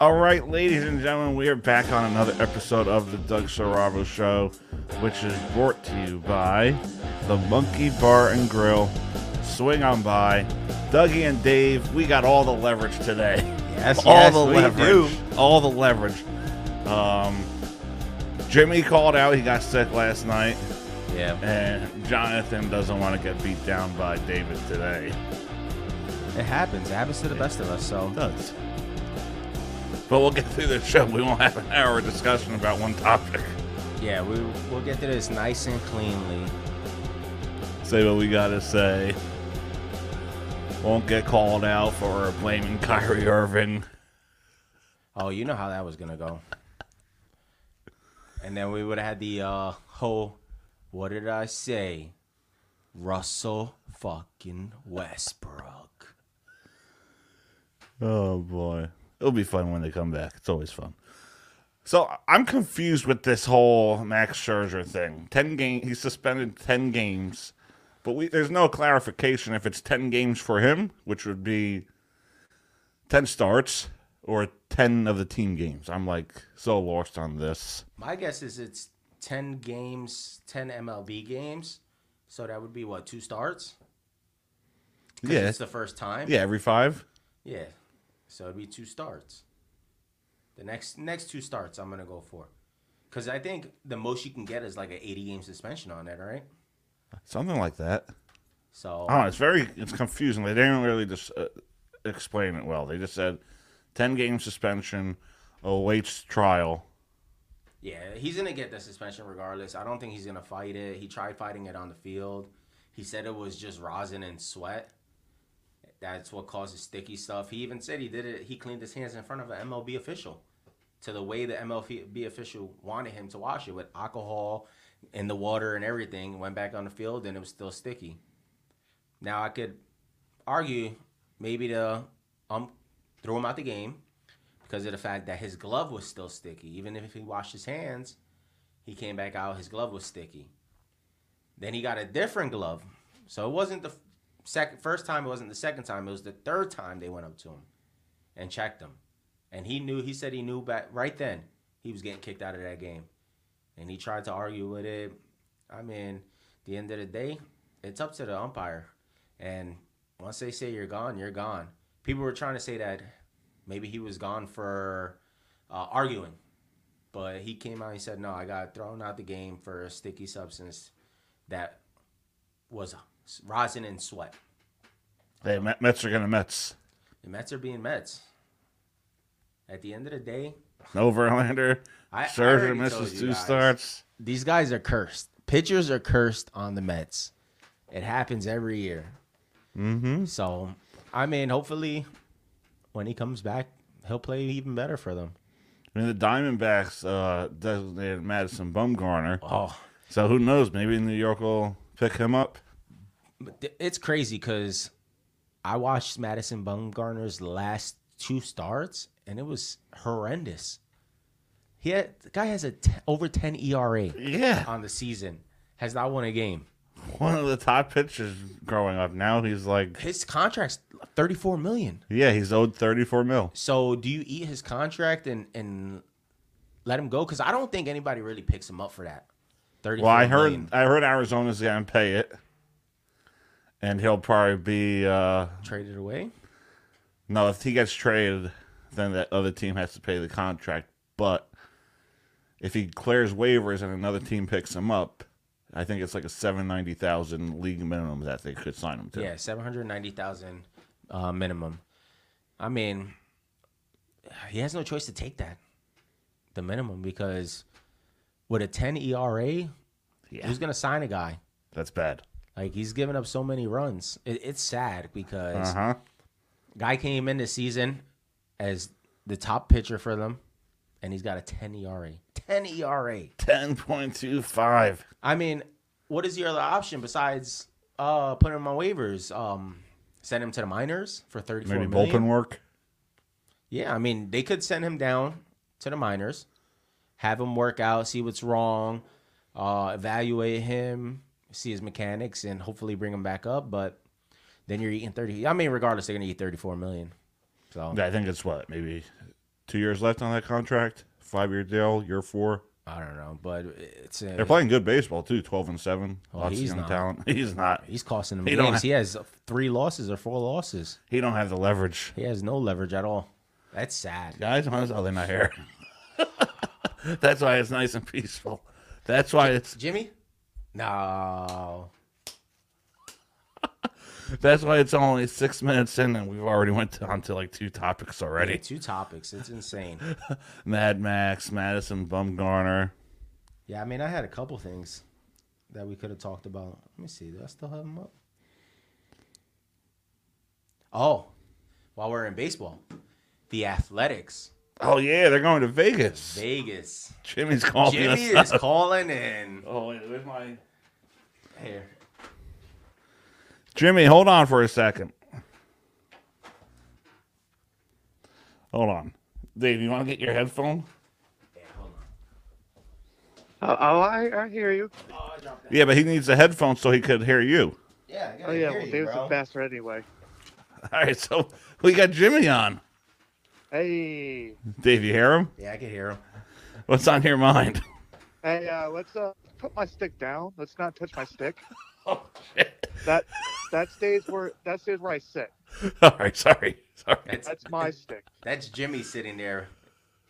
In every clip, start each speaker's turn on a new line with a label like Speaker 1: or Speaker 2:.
Speaker 1: All right, ladies and gentlemen, we are back on another episode of the Doug Saravo Show, which is brought to you by the Monkey Bar and Grill. Swing on by, Dougie and Dave. We got all the leverage today.
Speaker 2: Yes,
Speaker 1: all
Speaker 2: yes,
Speaker 1: the
Speaker 2: we
Speaker 1: leverage.
Speaker 2: do.
Speaker 1: All the leverage. Um, Jimmy called out. He got sick last night,
Speaker 2: Yeah,
Speaker 1: and Jonathan doesn't want to get beat down by David today.
Speaker 2: it happens. It happens to the best of us. So
Speaker 1: does. But we'll get through the show. We won't have an hour discussion about one topic.
Speaker 2: yeah, we we'll get through this nice and cleanly.
Speaker 1: Say what we gotta say. Won't get called out for blaming Kyrie Irving.
Speaker 2: Oh, you know how that was gonna go. And then we would have had the uh, whole, what did I say? Russell fucking Westbrook.
Speaker 1: Oh boy, it'll be fun when they come back. It's always fun. So I'm confused with this whole Max Scherzer thing. Ten game, he's suspended ten games, but we, there's no clarification if it's ten games for him, which would be ten starts or ten of the team games. I'm like so lost on this.
Speaker 2: My guess is it's ten games, ten MLB games. So that would be what two starts? 'Cause
Speaker 1: Yeah,
Speaker 2: it's the first time.
Speaker 1: yeah, every five.
Speaker 2: Yeah. So it'd be two starts. The next next two starts I'm gonna go for. Cause I think the most you can get is like an 80 game suspension on it, right?
Speaker 1: Something like that.
Speaker 2: So
Speaker 1: Oh, it's very it's confusing. They didn't really just uh, explain it well. They just said ten game suspension awaits trial.
Speaker 2: yeah, he's gonna get the suspension regardless. I don't think he's gonna fight it. He tried fighting it on the field. He said it was just rosin and sweat. That's what causes sticky stuff. He even said he did it. He cleaned his hands in front of an MLB official, to the way the MLB official wanted him to wash it with alcohol in the water and everything. Went back on the field and it was still sticky. Now I could argue maybe the um threw him out the game because of the fact that his glove was still sticky. Even if he washed his hands, he came back out, his glove was sticky. Then he got a different glove. So it wasn't the second first time, it wasn't the second time, it was the third time they went up to him and checked him. And he knew he said he knew back right then he was getting kicked out of that game. And he tried to argue with it. I mean, the end of the day, it's up to the umpire. And once they say you're gone, you're gone. People were trying to say that maybe he was gone for uh, arguing, but he came out and said, "No, I got thrown out the game for a sticky substance that was rosin and sweat."
Speaker 1: Hey, Met- Mets are gonna Mets.
Speaker 2: The Mets are being Mets. At the end of the day,
Speaker 1: No Verlander.
Speaker 2: I- I
Speaker 1: Scherzer
Speaker 2: already told
Speaker 1: misses
Speaker 2: you
Speaker 1: two
Speaker 2: guys.
Speaker 1: starts.
Speaker 2: these guys are cursed. Pitchers are cursed on the Mets. It happens every year. Mm-hmm. So, I mean, hopefully, when he comes back, he'll play even better for them.
Speaker 1: I mean, the Diamondbacks uh, designated Madison Bumgarner.
Speaker 2: Oh,
Speaker 1: So who knows? Maybe New York will pick him up.
Speaker 2: But th- it's crazy because I watched Madison Bumgarner's last two starts, and it was horrendous. He had, the guy has a t- over ten ERA
Speaker 1: Yeah.
Speaker 2: on the season, has not won a game.
Speaker 1: One of the top pitchers growing up. Now he's like,
Speaker 2: His contract's thirty four million.
Speaker 1: yeah, he's owed 34 mil.
Speaker 2: So do you eat his contract and and let him go? Because I don't think anybody really picks him up for that. Thirty.
Speaker 1: Well, I heard I heard Arizona's going to pay it. And he'll probably be, uh,
Speaker 2: traded away.
Speaker 1: no, if he gets traded, then that other team has to pay the contract. But if he clears waivers and another team picks him up, I think it's like a 790,000 league minimum that they could sign him to.
Speaker 2: Yeah, seven hundred ninety thousand uh, minimum. I mean, he has no choice to take that, the minimum, because with a ten ERA,
Speaker 1: Yeah.
Speaker 2: who's gonna sign a guy?
Speaker 1: That's bad.
Speaker 2: Like he's given up so many runs. It, it's sad because
Speaker 1: Uh huh.
Speaker 2: guy came in this season as the top pitcher for them, and he's got a ten ERA. Ten ERA.
Speaker 1: 10.25.
Speaker 2: I mean, what is your other option besides uh putting him on waivers? Um, send him to the minors for thirty four
Speaker 1: Maybe
Speaker 2: million.
Speaker 1: bullpen work.
Speaker 2: Yeah, I mean, they could send him down to the minors, have him work out, see what's wrong, uh, evaluate him, see his mechanics, and hopefully bring him back up. But then you're eating thirty. I mean, regardless, they're gonna eat thirty-four million. So
Speaker 1: I think it's what maybe Two years left on that contract. Five year deal. Year four.
Speaker 2: I don't know, but it's uh, a,
Speaker 1: They're playing good baseball too. Twelve and seven.
Speaker 2: Well,
Speaker 1: Lots of
Speaker 2: he's
Speaker 1: young
Speaker 2: not.
Speaker 1: talent. Oh, He's not.
Speaker 2: he's costing him
Speaker 1: He don't
Speaker 2: games.
Speaker 1: have-
Speaker 2: He has three losses or four losses.
Speaker 1: He don't have the leverage.
Speaker 2: He has no leverage at all. That's sad.
Speaker 1: Guys, why is oh, they're not here? That's why it's nice and peaceful. That's why it's
Speaker 2: Jimmy? No.
Speaker 1: that's why it's only six minutes in and we've already went to, on to like two topics already.
Speaker 2: Two topics. It's insane.
Speaker 1: Mad Max, Madison Bumgarner.
Speaker 2: Yeah, I mean, I had a couple things that we could have talked about. Let me see. Do I still have them up? Oh, while we're in baseball, the Athletics,
Speaker 1: Oh yeah, they're going to Vegas.
Speaker 2: Vegas.
Speaker 1: Jimmy's
Speaker 3: Oh,
Speaker 1: calling
Speaker 2: Jimmy
Speaker 1: us
Speaker 2: is
Speaker 1: up.
Speaker 2: calling in.
Speaker 1: Oh wait, where's my
Speaker 2: Here.
Speaker 1: Jimmy, hold on for a second. Hold on. Dave, you want to get your headphone?
Speaker 2: Yeah, hold on.
Speaker 3: Oh, oh I, I hear you.
Speaker 2: Oh, I dropped that.
Speaker 1: Yeah, but he needs a headphone so he could hear you.
Speaker 2: Yeah, I gotta
Speaker 3: Oh yeah,
Speaker 2: hear
Speaker 3: well,
Speaker 2: you,
Speaker 3: Dave's
Speaker 2: bro.
Speaker 3: the best anyway.
Speaker 1: All right, so we got Jimmy on.
Speaker 3: Hey,
Speaker 1: Dave, you hear him?
Speaker 2: Yeah, I can hear him.
Speaker 1: What's on your mind?
Speaker 3: hey, uh, let's uh, put my stick down. Let's not touch my stick.
Speaker 1: Oh shit!
Speaker 3: That that stays where that stays where I sit.
Speaker 1: All right, sorry, sorry.
Speaker 2: That's,
Speaker 3: That's my stick.
Speaker 2: that's Jimmy sitting there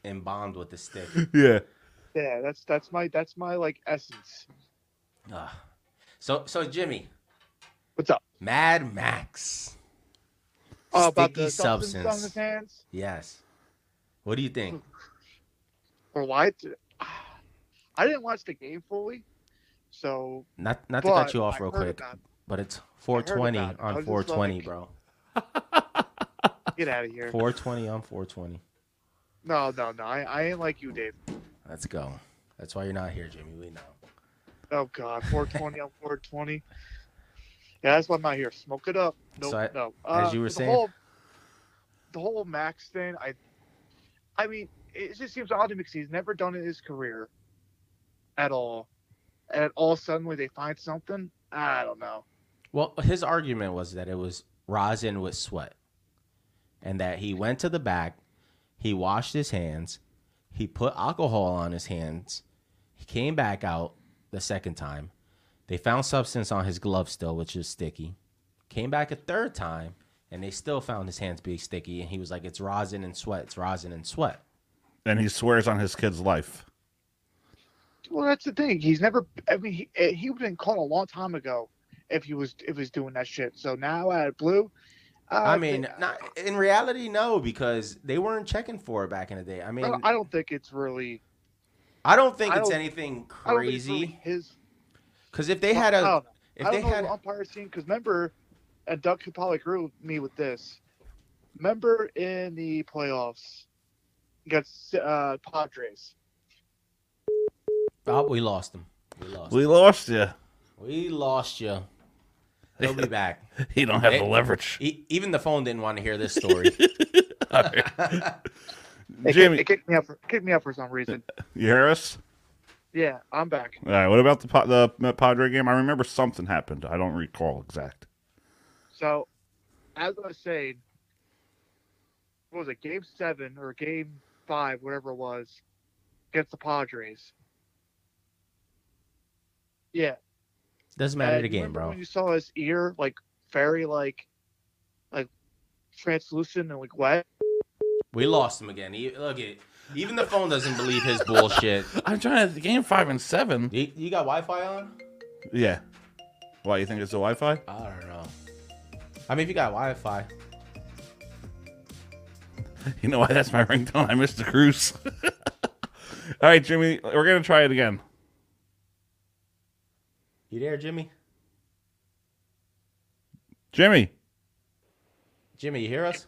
Speaker 2: embalmed with the stick.
Speaker 1: Yeah,
Speaker 3: Yeah, that's that's my that's my like essence.
Speaker 2: Ah. So, so Jimmy,
Speaker 3: What's up?
Speaker 2: Mad Max.
Speaker 3: Oh, about
Speaker 2: Sticky
Speaker 3: the substance on
Speaker 2: substance.
Speaker 3: his hands.
Speaker 2: Yes. What do you think?
Speaker 3: Or why? it- I didn't watch the game fully, so
Speaker 2: Not not to
Speaker 3: but
Speaker 2: cut you off
Speaker 3: I
Speaker 2: real
Speaker 3: heard
Speaker 2: quick,
Speaker 3: about
Speaker 2: but it's
Speaker 3: heard
Speaker 2: 420
Speaker 3: about it. I
Speaker 2: on
Speaker 3: was just
Speaker 2: 420,
Speaker 3: like-
Speaker 2: bro.
Speaker 3: it. Get out of here.
Speaker 2: 420 on 420.
Speaker 3: No, no, no. I, I ain't like you, Dave.
Speaker 2: Let's go. That's why you're not here, Jimmy. We know.
Speaker 3: Oh God, 420 on 420. Yeah, that's why I'm not here. Smoke it up. No,
Speaker 2: So I-
Speaker 3: no. Uh,
Speaker 2: as you were
Speaker 3: the
Speaker 2: saying-
Speaker 3: whole, the whole Max thing. I, I mean, it just seems odd to me because he's never done it in his career, at all, and all suddenly they find something. I don't know.
Speaker 2: Well, his argument was that it was rosin with sweat, and that he went to the back, he washed his hands, he put alcohol on his hands, he came back out the second time. They found substance on his glove still, which is sticky. Came back a third time, and they still found his hands being sticky. And he was like, "It's rosin and sweat. It's rosin and sweat."
Speaker 1: and he swears on his kid's life.
Speaker 3: Well, that's the thing. He's never. I mean, he eh, he would have been caught a long time ago if he was if he was doing that shit. So now out of blue. Uh,
Speaker 2: I mean, not in reality, no, because they weren't checking for it back in the day. I
Speaker 3: I
Speaker 2: mean,
Speaker 3: don't- I don't think it's really.
Speaker 2: I don't think
Speaker 3: I
Speaker 2: it's
Speaker 3: don't-
Speaker 2: anything
Speaker 3: I don't think it's really
Speaker 2: crazy.
Speaker 3: his Oh,
Speaker 2: Because if they had a,
Speaker 3: I don't know.
Speaker 2: If
Speaker 3: I
Speaker 2: they
Speaker 3: don't know
Speaker 2: had,
Speaker 3: the umpire scene because remember, and Doug could probably agree with me with this. Remember in the playoffs against uh, Padres,
Speaker 2: oh, we lost him. We lost.
Speaker 1: We lost you.
Speaker 2: We lost you. He'll be back.
Speaker 1: He don't have
Speaker 2: Hey.
Speaker 1: the leverage.
Speaker 2: E- even the phone didn't want to hear this story.
Speaker 1: All right.
Speaker 3: it,
Speaker 1: Jimmy,
Speaker 3: kicked, it kicked me up for kicked me up for some reason.
Speaker 1: you hear us?
Speaker 3: Yeah, I'm back.
Speaker 1: All right. What about the Pa- the Padre game? I remember something happened. I don't recall exact.
Speaker 3: So, as I was saying, what was it game seven or game five, whatever it was, against the Padres? Yeah,
Speaker 2: Doesn't matter
Speaker 3: And
Speaker 2: the game,
Speaker 3: remember
Speaker 2: bro.
Speaker 3: When you saw his ear, like very like, like translucent and like wet.
Speaker 2: We lost him again. E- look it. Even the phone doesn't believe his bullshit.
Speaker 1: I'm trying to game five and seven.
Speaker 2: You, you got Wi-Fi on?
Speaker 1: Yeah. Why you think it's the Wi-Fi?
Speaker 2: I don't know. I mean, if you got Wi-Fi,
Speaker 1: You know why that's my ringtone? I missed the cruise. All right, Jimmy, we're gonna try it again.
Speaker 2: you there, Jimmy?
Speaker 1: Jimmy,
Speaker 2: Jimmy, you hear us?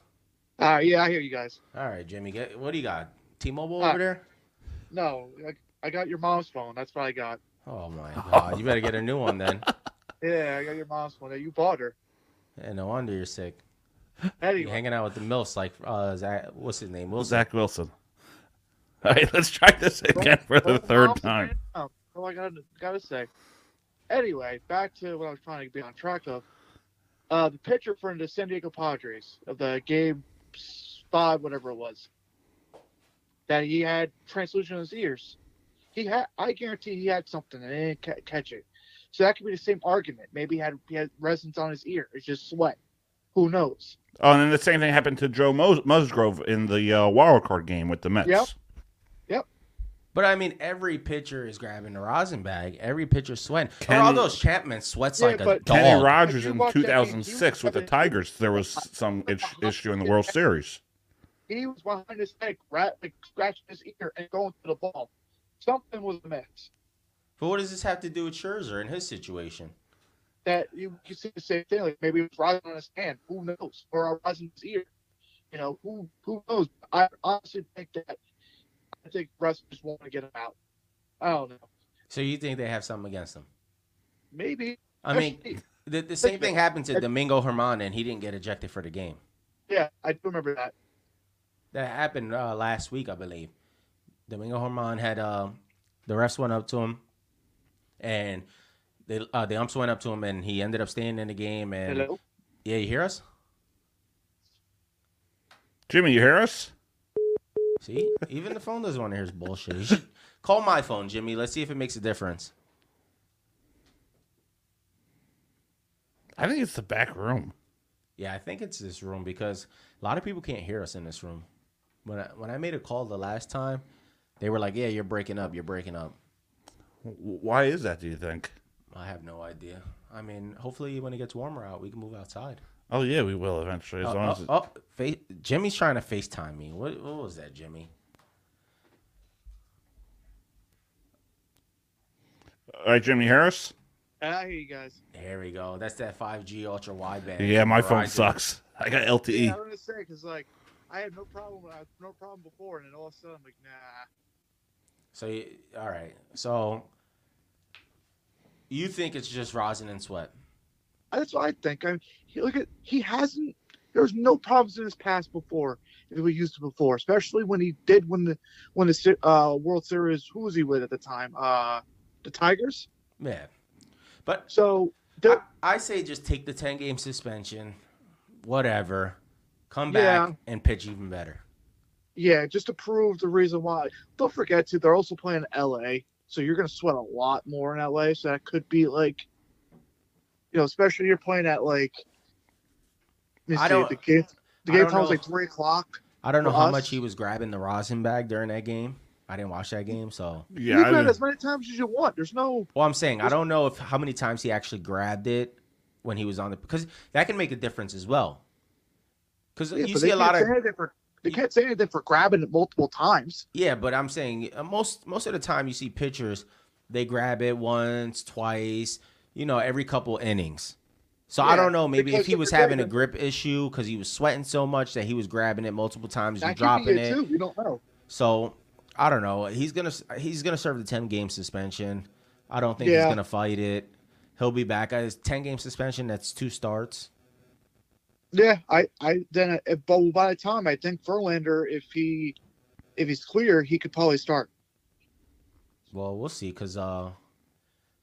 Speaker 3: Uh, yeah, I hear you guys.
Speaker 2: All right, Jimmy. Get what do you got? T-Mobile
Speaker 3: Ah.
Speaker 2: over there?
Speaker 3: No, I, I got your mom's phone. That's what I got.
Speaker 2: Oh my God! You better get a new one then.
Speaker 3: Yeah, I got your mom's phone. You bought her.
Speaker 2: And no wonder you're sick. You're
Speaker 3: Anyway,
Speaker 2: hanging out with the milfs like uh, Zach, what's his name? Wilson.
Speaker 1: Zach Wilson. All right, let's try this again for the
Speaker 3: well,
Speaker 1: third
Speaker 3: mom's a
Speaker 1: time.
Speaker 3: man now. Oh, I gotta gotta say. Anyway, back to what I was trying to be on track of. Uh, the pitcher for the San Diego Padres of the game s- five, whatever it was. that he had translucent in his ears. He had, I guarantee, he had something and they didn't ca- catch it. So that could be the same argument. Maybe he had he had resins on his ear. It's just sweat. Who knows?
Speaker 1: Oh, and then the same thing happened to Joe Mus- Musgrove in the uh, wild card game with the Mets.
Speaker 3: Yep.
Speaker 2: But I mean, every pitcher is grabbing the rosin bag. Every pitcher's sweating.
Speaker 1: Kenny-
Speaker 2: Geraldo Chapman sweats
Speaker 3: Yeah,
Speaker 2: like a
Speaker 3: but-
Speaker 2: dog.
Speaker 1: Kenny Rogers
Speaker 3: But you
Speaker 1: in
Speaker 3: watch that game,
Speaker 1: 2006
Speaker 3: you
Speaker 1: with the
Speaker 3: watch that-
Speaker 1: Tigers, there was some is- issue in the World Series.
Speaker 3: He was behind his neck, rat, like, scratching his ear and going to the ball. Something was amiss.
Speaker 2: but what does this have to do with Scherzer and his situation?
Speaker 3: That you can see the same thing. Like maybe it was rosin on his hand. Who knows? Or a rosin in his ear. You know who who knows? I honestly think that I think Russ just wanted to get him out. I don't know.
Speaker 2: So you think they have something against him?
Speaker 3: Maybe.
Speaker 2: I mean, the, the same thing happened to Domingo Herman, and he didn't get ejected for the game.
Speaker 3: yeah, I do remember that.
Speaker 2: That happened uh, last week, I believe. Domingo Herman had uh, the refs went up to him, and they, uh, the umps went up to him, and he ended up staying in the game. And
Speaker 3: Hello.
Speaker 2: yeah, you hear us?
Speaker 1: Jimmy, you hear us?
Speaker 2: See, even the phone doesn't want to hear his bullshit. You should- Call my phone, Jimmy. Let's see if it makes a difference.
Speaker 1: I think it's the back room.
Speaker 2: Yeah, I think it's this room because a lot of people can't hear us in this room. When I, when I made a call the last time, they were like, "Yeah, you're breaking up. You're breaking up."
Speaker 1: W- Why is that? Do you think?
Speaker 2: I have no idea. I mean, hopefully when it gets warmer out, we can move outside.
Speaker 1: Oh yeah, we will eventually. As
Speaker 2: Oh,
Speaker 1: long
Speaker 2: oh,
Speaker 1: as it-
Speaker 2: oh, fa- Jimmy's trying to FaceTime me. What, what was that, Jimmy?
Speaker 1: all right, Jimmy, you hear us?
Speaker 3: And I hear you guys.
Speaker 2: There we go. That's that 5G ultra wideband.
Speaker 1: Yeah, my phone
Speaker 2: Verizon.
Speaker 1: sucks. I got E.
Speaker 3: Yeah,
Speaker 1: LTE.
Speaker 3: I was gonna say because like I had no problem. I had no problem before, and then all of a sudden, I'm like, nah.
Speaker 2: So, you- all right. So, you think it's just rosin and sweat?
Speaker 3: That's what I think. I he, look at he hasn't. There's no problems in his past before that we used to before, especially when he did win the when the Se- uh, World Series. Who was he with at the time? Uh, the Tigers.
Speaker 2: Yeah. But
Speaker 3: So
Speaker 2: I,
Speaker 3: there,
Speaker 2: I say just take the 10 game suspension, whatever, come
Speaker 3: Yeah.
Speaker 2: back and pitch even better.
Speaker 3: yeah, just to prove the reason why. Don't forget too, they're also playing L.A., so you're gonna sweat a lot more in L.A. So that could be like, you know, especially you're playing at like. let me
Speaker 2: I
Speaker 3: see,
Speaker 2: don't-
Speaker 3: the game, the
Speaker 2: I
Speaker 3: game
Speaker 2: don't
Speaker 3: time was
Speaker 2: know.
Speaker 3: like three o'clock.
Speaker 2: I don't know
Speaker 3: For
Speaker 2: how
Speaker 3: us-
Speaker 2: much he was grabbing the rosin bag during that game. I didn't watch that game, so.
Speaker 1: Yeah,
Speaker 3: you
Speaker 1: I
Speaker 3: can have
Speaker 1: didn't-
Speaker 3: as many times as you want. There's no
Speaker 2: Well, I'm saying I don't know if how many times he actually grabbed it when he was on the because that can make a difference as well. Because
Speaker 3: yeah,
Speaker 2: you
Speaker 3: but
Speaker 2: see
Speaker 3: they
Speaker 2: a lot
Speaker 3: can't
Speaker 2: of
Speaker 3: say anything for, they can't say anything for grabbing it multiple times.
Speaker 2: yeah, but I'm saying uh, most most of the time you see pitchers they grab it once, twice, you know, every couple innings. So I
Speaker 3: Yeah,
Speaker 2: don't know. Maybe
Speaker 3: because
Speaker 2: if he
Speaker 3: if
Speaker 2: was
Speaker 3: you're
Speaker 2: having a
Speaker 3: grabbing-
Speaker 2: grip issue because he was sweating so much that he was grabbing it multiple times and
Speaker 3: That could be
Speaker 2: dropping
Speaker 3: it
Speaker 2: it.
Speaker 3: too. You don't know.
Speaker 2: So I don't know. He's gonna he's gonna serve the ten game suspension. I don't think
Speaker 3: Yeah.
Speaker 2: he's gonna fight it. He'll be back. Uh, It's ten game suspension. That's two starts.
Speaker 3: Yeah, I, I then, uh, if, but by the time I think Verlander, if he, if he's clear, he could probably start.
Speaker 2: Well, we'll see. Cause uh,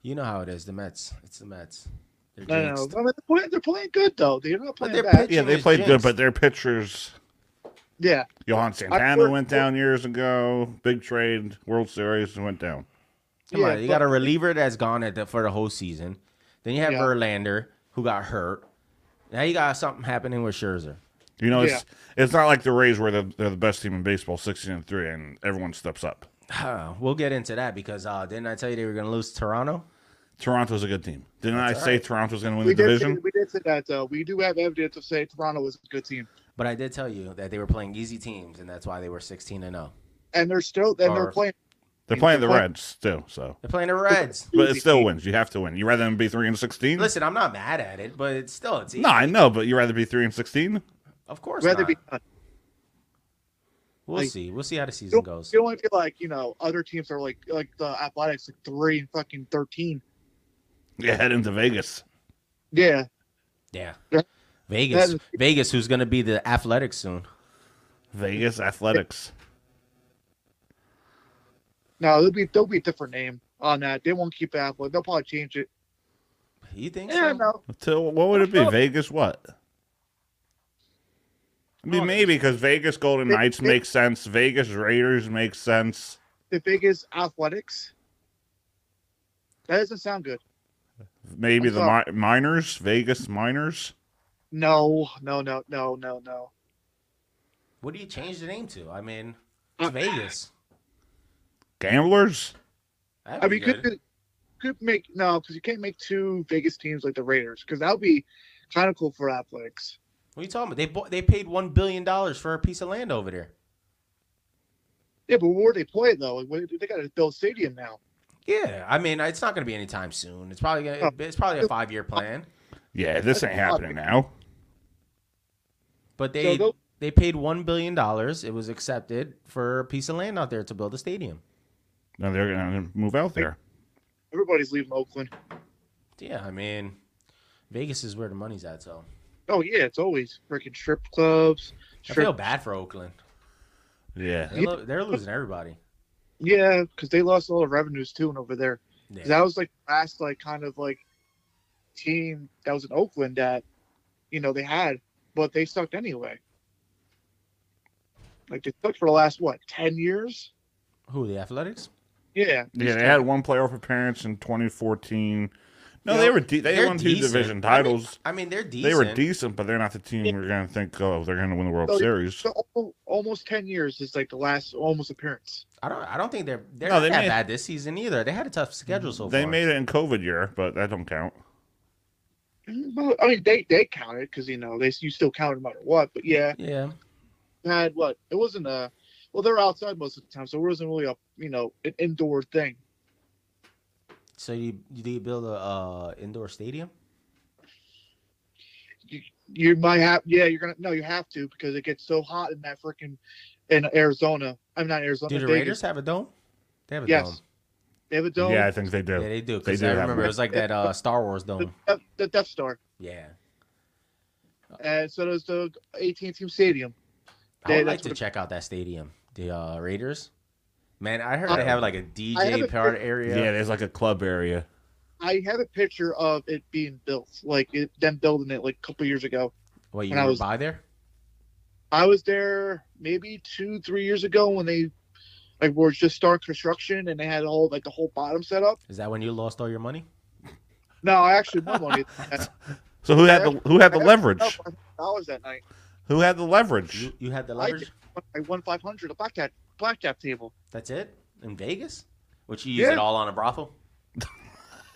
Speaker 2: you know how it is. The Mets. It's the Mets. They're
Speaker 3: No, no, no.
Speaker 2: jinxed.
Speaker 3: I mean, they're playing, they're playing good though. They're not
Speaker 2: But
Speaker 3: playing
Speaker 2: they're
Speaker 3: bad.
Speaker 2: pitching
Speaker 1: yeah, they
Speaker 2: is
Speaker 1: played good,
Speaker 2: jinxed.
Speaker 1: but their pitchers.
Speaker 3: Yeah,
Speaker 1: Johan Santana
Speaker 3: we're-
Speaker 1: went down years ago. Big trade, World Series, and went down.
Speaker 2: Come
Speaker 3: yeah,
Speaker 2: on, you
Speaker 3: but-
Speaker 2: got a reliever that's gone at the, for the whole season. Then you have
Speaker 3: Yeah.
Speaker 2: Verlander who got hurt. Now you got something happening with Scherzer.
Speaker 1: You know, it's it's not like the Rays where they're, they're the best team in baseball, sixteen and three, and everyone steps up.
Speaker 2: we'll get into that because uh, didn't I tell you they were going to lose to Toronto?
Speaker 1: Toronto's a good team. Didn't I say Toronto's going to win
Speaker 3: we
Speaker 1: the
Speaker 3: did, say,
Speaker 1: division?
Speaker 3: we did say that though. We do have evidence to say Toronto is a good team,
Speaker 2: But I did tell you that they were playing easy teams, and that's why they were 16 and oh. 0.
Speaker 3: and they're still and
Speaker 2: Or-
Speaker 3: they're playing.
Speaker 1: They're playing the
Speaker 3: They're
Speaker 1: Reds too, so
Speaker 2: They're playing the Reds.
Speaker 1: but it
Speaker 3: easy
Speaker 1: still
Speaker 3: team.
Speaker 1: wins. You have to win. You rather than be three and sixteen?
Speaker 2: Listen, I'm not mad at it, but it's still it's easy.
Speaker 1: No, I know, but you rather be three and sixteen.
Speaker 2: of course
Speaker 3: Rather
Speaker 2: not.
Speaker 3: be
Speaker 2: we'll
Speaker 3: like-
Speaker 2: see. We'll see how the season goes.
Speaker 3: You only feel like you know other teams are like like the Athletics like three and fucking thirteen.
Speaker 1: Yeah, head into Vegas.
Speaker 3: Yeah,
Speaker 2: Yeah.
Speaker 3: Yeah.
Speaker 2: Vegas.
Speaker 3: That
Speaker 2: Vegas, who's going to be the Athletics soon?
Speaker 1: Vegas Athletics.
Speaker 3: No, there'll be there'll be a different name on that. They won't keep Apple. They'll probably change it.
Speaker 2: You think
Speaker 3: Yeah,
Speaker 2: so?
Speaker 3: no,
Speaker 1: To, what would it be?
Speaker 3: Oh.
Speaker 1: Vegas what? I mean, maybe because Vegas Golden
Speaker 3: They-
Speaker 1: Knights
Speaker 3: they-
Speaker 1: makes sense. Vegas Raiders makes sense.
Speaker 3: The biggest athletics. That doesn't sound good.
Speaker 1: Maybe
Speaker 3: I'm
Speaker 1: the mi- Miners, Vegas Miners.
Speaker 3: No, no, no, no, no, no.
Speaker 2: What do you change the name to? I mean,
Speaker 3: Uh,
Speaker 2: it's Vegas.
Speaker 1: Gamblers?
Speaker 2: That'd
Speaker 3: I
Speaker 2: be
Speaker 3: mean,
Speaker 2: good.
Speaker 3: could could could make no because you can't make two Vegas teams like the Raiders because that would be kind of cool for athletics.
Speaker 2: What are you talking about? They bought, they paid one billion dollars for a piece of land over there.
Speaker 3: Yeah, but where they play though? Like, what- They got to build stadium now.
Speaker 2: Yeah, I mean, it's not going to be anytime soon. It's probably gonna, it's probably a five year plan.
Speaker 1: Yeah, this ain't happening now.
Speaker 2: But
Speaker 3: So
Speaker 2: they
Speaker 3: they'll-
Speaker 2: they paid one billion dollars. It was accepted for a piece of land out there to build a stadium.
Speaker 1: No, they're going to move out there.
Speaker 3: Everybody's leaving Oakland.
Speaker 2: Yeah, I mean, Vegas is where the money's at. So
Speaker 3: Oh yeah, it's always freaking strip clubs.
Speaker 2: I
Speaker 3: Strip,
Speaker 2: feel bad for Oakland.
Speaker 1: Yeah.
Speaker 2: They're, lo- they're losing everybody.
Speaker 3: Yeah, because they lost all the revenues too, and over there, 'Cause
Speaker 2: Yeah.
Speaker 3: that was like last like kind of like team that was in Oakland that you know they had, but they sucked anyway. Like they sucked for the last what ten years?
Speaker 2: Who the Athletics?
Speaker 3: Yeah,
Speaker 1: Yeah, they had one playoff appearance in 2014. No, they were de- they
Speaker 2: They're
Speaker 1: won two
Speaker 2: decent.
Speaker 1: division titles.
Speaker 2: I mean, they're decent.
Speaker 1: They were decent, but they're not the team we're going to think oh they're going to win the World
Speaker 3: So-
Speaker 1: Series.
Speaker 3: So al- almost ten years is like the last almost appearance.
Speaker 2: I don't. I don't think they're they're
Speaker 1: No,
Speaker 2: not
Speaker 1: they
Speaker 2: that
Speaker 1: made-
Speaker 2: bad this season either. They had a tough schedule so
Speaker 1: They
Speaker 2: far.
Speaker 1: made it in COVID year, but that don't count.
Speaker 3: Well, I mean, they they counted because you know they you still count no matter what. But yeah,
Speaker 2: Yeah.
Speaker 3: they had what it wasn't a well they're outside most of the time, so it wasn't really a you know an indoor thing.
Speaker 2: So you do you build a uh, indoor stadium?
Speaker 3: You might have yeah you're gonna no you have to because it gets so hot in that freaking in Arizona. I'm not Arizona.
Speaker 2: Do the
Speaker 3: Vegas.
Speaker 2: Raiders have a dome? They have a
Speaker 3: Yes.
Speaker 2: dome.
Speaker 3: They have a dome.
Speaker 1: Yeah, I think they
Speaker 2: Yeah,
Speaker 1: do.
Speaker 2: they do.
Speaker 1: They
Speaker 2: Because
Speaker 1: do
Speaker 2: I
Speaker 1: have
Speaker 2: remember
Speaker 1: one.
Speaker 2: it was like that uh, Star Wars
Speaker 3: the,
Speaker 2: dome.
Speaker 3: Death, the Death Star,
Speaker 2: Yeah.
Speaker 3: and so does the AT&T Stadium.
Speaker 2: I
Speaker 3: Yeah,
Speaker 2: would like
Speaker 3: that's
Speaker 2: to
Speaker 3: what-
Speaker 2: check out that stadium, the uh, Raiders. Man, I heard
Speaker 3: I-
Speaker 2: they have like a
Speaker 3: I have
Speaker 2: DJ
Speaker 3: a
Speaker 2: part
Speaker 3: pic-
Speaker 1: Yeah,
Speaker 2: area.
Speaker 1: there's like a club area.
Speaker 3: I have a picture of it being built, like it, them building it like a couple years ago.
Speaker 2: What you
Speaker 3: when I
Speaker 2: were
Speaker 3: was-
Speaker 2: by there?
Speaker 3: I was there maybe two, three years ago when they like were just starting construction and they had all like the whole bottom set up.
Speaker 2: Is that when you lost all your money?
Speaker 3: No, I actually won money.
Speaker 1: So who had the who had the leverage?
Speaker 3: Dollars that night.
Speaker 1: Who had the leverage?
Speaker 2: You, you had the
Speaker 3: I
Speaker 2: leverage.
Speaker 3: did. I won five hundred a blackjack blackjack table.
Speaker 2: That's it in Vegas. Which you use
Speaker 3: Yeah.
Speaker 2: it all on a brothel.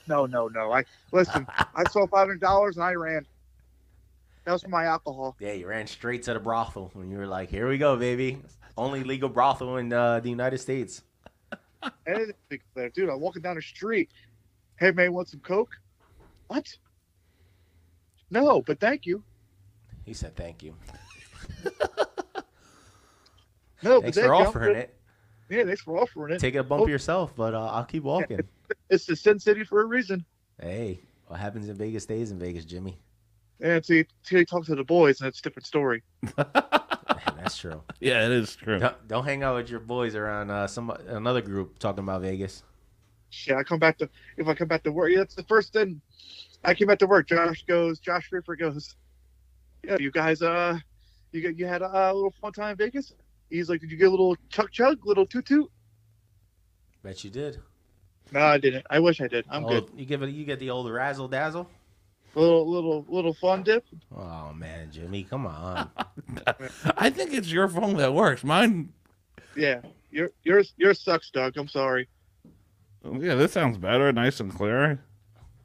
Speaker 3: No, no, no. I listen. I saw five hundred dollars and I ran. That was for my alcohol.
Speaker 2: Yeah, you ran straight to the brothel when you were like, "Here we go, baby! Only legal brothel in uh, the United States."
Speaker 3: I didn't think of that. Dude, I'm walking down the street. Hey man, want some coke? What? No, but thank you.
Speaker 2: He said, "Thank you.
Speaker 3: No,
Speaker 2: Thanks
Speaker 3: but thank
Speaker 2: for
Speaker 3: Oh, you. Oh.
Speaker 2: offering it.
Speaker 3: Yeah, thanks for offering it.
Speaker 2: Take a bump yourself, but uh, I'll keep walking."
Speaker 3: It's the Sin City for a reason.
Speaker 2: Hey, what happens in Vegas stays in Vegas, Jimmy.
Speaker 3: And so you, so you talk to the boys, and it's a different story.
Speaker 2: That's true.
Speaker 1: Yeah, it is true.
Speaker 2: Don't, don't hang out with your boys around uh, some another group talking about Vegas.
Speaker 3: Shit, I come back to if I come back to work. Yeah, that's the first thing. I came back to work. Josh goes. Josh Ripper goes. Yeah, you guys. Uh, you got you had a, uh, little fun time in Vegas. He's like, did you get a little chug chug, little toot toot?
Speaker 2: Bet you did.
Speaker 3: No, I didn't. I wish I did. I'm
Speaker 2: Oh,
Speaker 3: good.
Speaker 2: You give it. You get the old razzle dazzle.
Speaker 3: Little little little fun dip.
Speaker 2: Oh man, Jimmy, come on.
Speaker 1: I think it's your phone that works. Mine.
Speaker 3: Yeah, your yours yours sucks, Doug. I'm sorry.
Speaker 1: Yeah, this sounds better, nice and clear.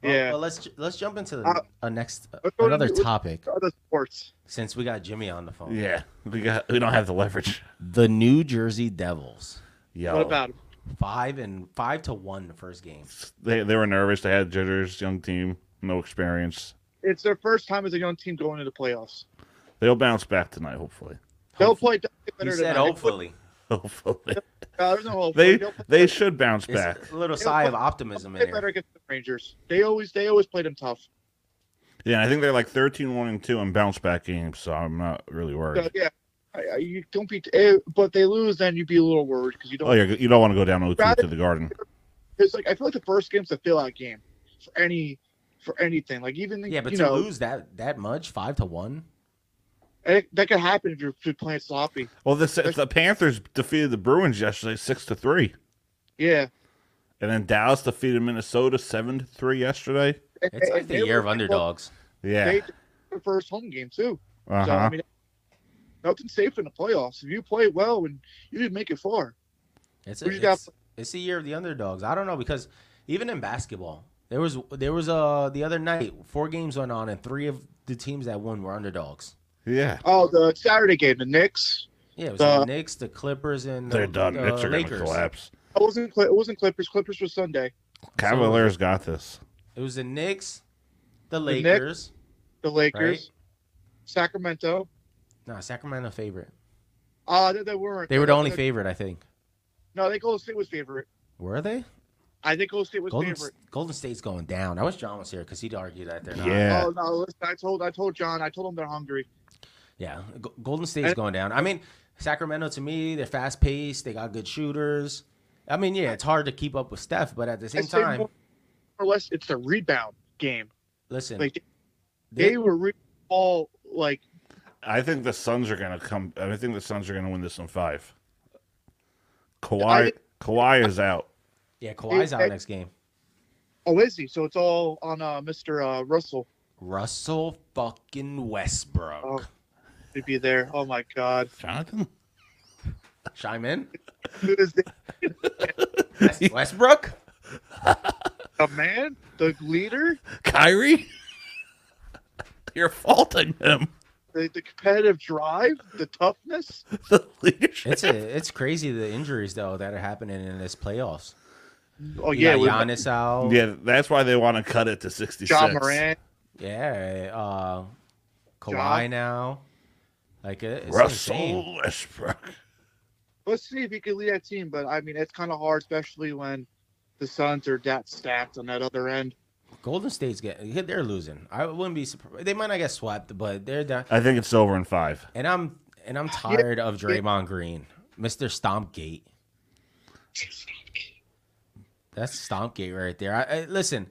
Speaker 2: Well,
Speaker 3: Yeah,
Speaker 2: well, let's let's jump into the
Speaker 3: Uh,
Speaker 2: uh, next uh,
Speaker 3: let's go to
Speaker 2: another
Speaker 3: the-
Speaker 2: topic
Speaker 3: other sports.
Speaker 2: since we got Jimmy on the phone.
Speaker 1: Yeah, we got we don't have the leverage.
Speaker 2: The New Jersey Devils,
Speaker 1: Yeah,
Speaker 3: What about him?
Speaker 2: five and five to one the first game.
Speaker 1: they? They were nervous. They had jitters. Young team, no experience.
Speaker 3: It's their first time as a young team going into playoffs.
Speaker 1: They'll bounce back tonight, hopefully.
Speaker 3: They'll play better
Speaker 2: You
Speaker 3: than
Speaker 2: said
Speaker 3: I-
Speaker 2: hopefully.
Speaker 1: Hopefully,
Speaker 3: Uh, there's no hope.
Speaker 1: they
Speaker 3: They'll play
Speaker 1: they should bounce back.
Speaker 2: It's a little
Speaker 3: They'll
Speaker 2: sigh
Speaker 3: play-
Speaker 2: of optimism
Speaker 3: They
Speaker 2: in
Speaker 3: better
Speaker 2: there.
Speaker 3: get the Rangers. They always they always played them tough.
Speaker 1: Yeah, I think they're like 13-1 and two in bounce back games, so I'm not really
Speaker 3: So,
Speaker 1: worried.
Speaker 3: yeah, I, I, you don't be. eh, But they lose, then you'd be a little worried because you don't.
Speaker 1: Oh yeah, you don't want to go down 0-2 to the Garden.
Speaker 3: It's like I feel like the first game's a fill out game for any for anything. Like even
Speaker 2: Yeah, but
Speaker 3: you
Speaker 2: to
Speaker 3: know
Speaker 2: lose that that much, five to one.
Speaker 3: And it, eh, that could happen if you're if you're playing sloppy.
Speaker 1: Well, this, if the Panthers defeated the Bruins yesterday six to three,
Speaker 3: Yeah.
Speaker 1: and then Dallas defeated Minnesota seven to three yesterday.
Speaker 3: And-
Speaker 2: It's like
Speaker 3: and
Speaker 2: the
Speaker 3: they
Speaker 2: year
Speaker 3: were-
Speaker 2: of underdogs.
Speaker 1: Yeah,
Speaker 3: They their first home game too.
Speaker 1: uh
Speaker 3: So
Speaker 1: huh.
Speaker 2: Uh-huh.
Speaker 3: I mean, nothing's safe in the playoffs. If you play well and you didn't make it far,
Speaker 2: It's
Speaker 3: Who
Speaker 2: a,
Speaker 3: you got?
Speaker 2: it's, it's the year of the underdogs. I don't know because even in basketball, there was there was uh the other night four games went on and three of the teams that won were underdogs.
Speaker 1: Yeah,
Speaker 3: oh, the Saturday game, the Knicks.
Speaker 2: Yeah, it was
Speaker 3: Uh,
Speaker 2: the Knicks, the Clippers, and the,
Speaker 1: they're done.
Speaker 2: the
Speaker 1: Knicks are gonna
Speaker 2: Uh, Lakers.
Speaker 1: collapse.
Speaker 3: It wasn't Cl- it wasn't Clippers. Clippers was Sunday.
Speaker 1: Cavaliers got this.
Speaker 2: It was the Knicks, the
Speaker 3: Knicks,
Speaker 2: Lakers.
Speaker 3: The Lakers, Sacramento.
Speaker 2: No, Sacramento favorite.
Speaker 3: Uh they, they weren't.
Speaker 2: They were the only
Speaker 3: They-
Speaker 2: favorite, I think.
Speaker 3: No, I think Golden State was favorite.
Speaker 2: Were they?
Speaker 3: I think Golden State was
Speaker 2: Golden,
Speaker 3: favorite.
Speaker 2: Golden State's going down. I wish John was here because he'd argue that they're not.
Speaker 1: Yeah.
Speaker 3: Oh no! Listen, I told I told John. I told him they're hungry.
Speaker 2: Yeah, G- Golden State's
Speaker 3: And-
Speaker 2: going down. I mean, Sacramento to me, they're fast paced. They got good shooters. I mean, yeah, it's hard to keep up with Steph, but at the same
Speaker 3: I'd say
Speaker 2: time,
Speaker 3: more or less, it's a rebound game.
Speaker 2: listen,
Speaker 3: Like
Speaker 2: they-
Speaker 3: they were re- all like
Speaker 1: I think the Suns are gonna come. I think the Suns are gonna win this in five.
Speaker 3: I
Speaker 1: Kawhi,
Speaker 3: think-
Speaker 1: Kawhi is out.
Speaker 2: yeah, Kawhi's out
Speaker 3: they-
Speaker 2: next game.
Speaker 3: oh is he? So it's all on uh, Mr. Uh, Russell
Speaker 2: Russell fucking Westbrook.
Speaker 3: Oh. to be there. Oh my God!
Speaker 1: Jonathan,
Speaker 2: Chime in,
Speaker 3: Who is the,
Speaker 2: West- Westbrook.
Speaker 3: the man? The leader?
Speaker 1: Kyrie, you're faulting him.
Speaker 3: The, the competitive drive? The toughness?
Speaker 1: The leadership.
Speaker 2: It's a, it's crazy the injuries though that are happening in this playoffs.
Speaker 3: Oh
Speaker 2: You yeah,
Speaker 3: yeah,
Speaker 2: got
Speaker 3: with
Speaker 2: Giannis out. Yeah,
Speaker 1: Yeah, that's why they want to cut it to 66.
Speaker 3: John Moran.
Speaker 2: uh, Kawhi
Speaker 3: Ja.
Speaker 2: now. Like it- it's insane.
Speaker 1: Russell Westbrook.
Speaker 3: Let's see if he can lead that team. But I mean, it's kind of hard, especially when the Suns are that stacked on that other end.
Speaker 2: Golden State's get they're losing. I wouldn't be surprised. They might not get swept, but they're down.
Speaker 1: I think it's over in five.
Speaker 2: And I'm and I'm tired of Draymond Green, Mister Stompgate. That's Stompgate right there. I, I listen.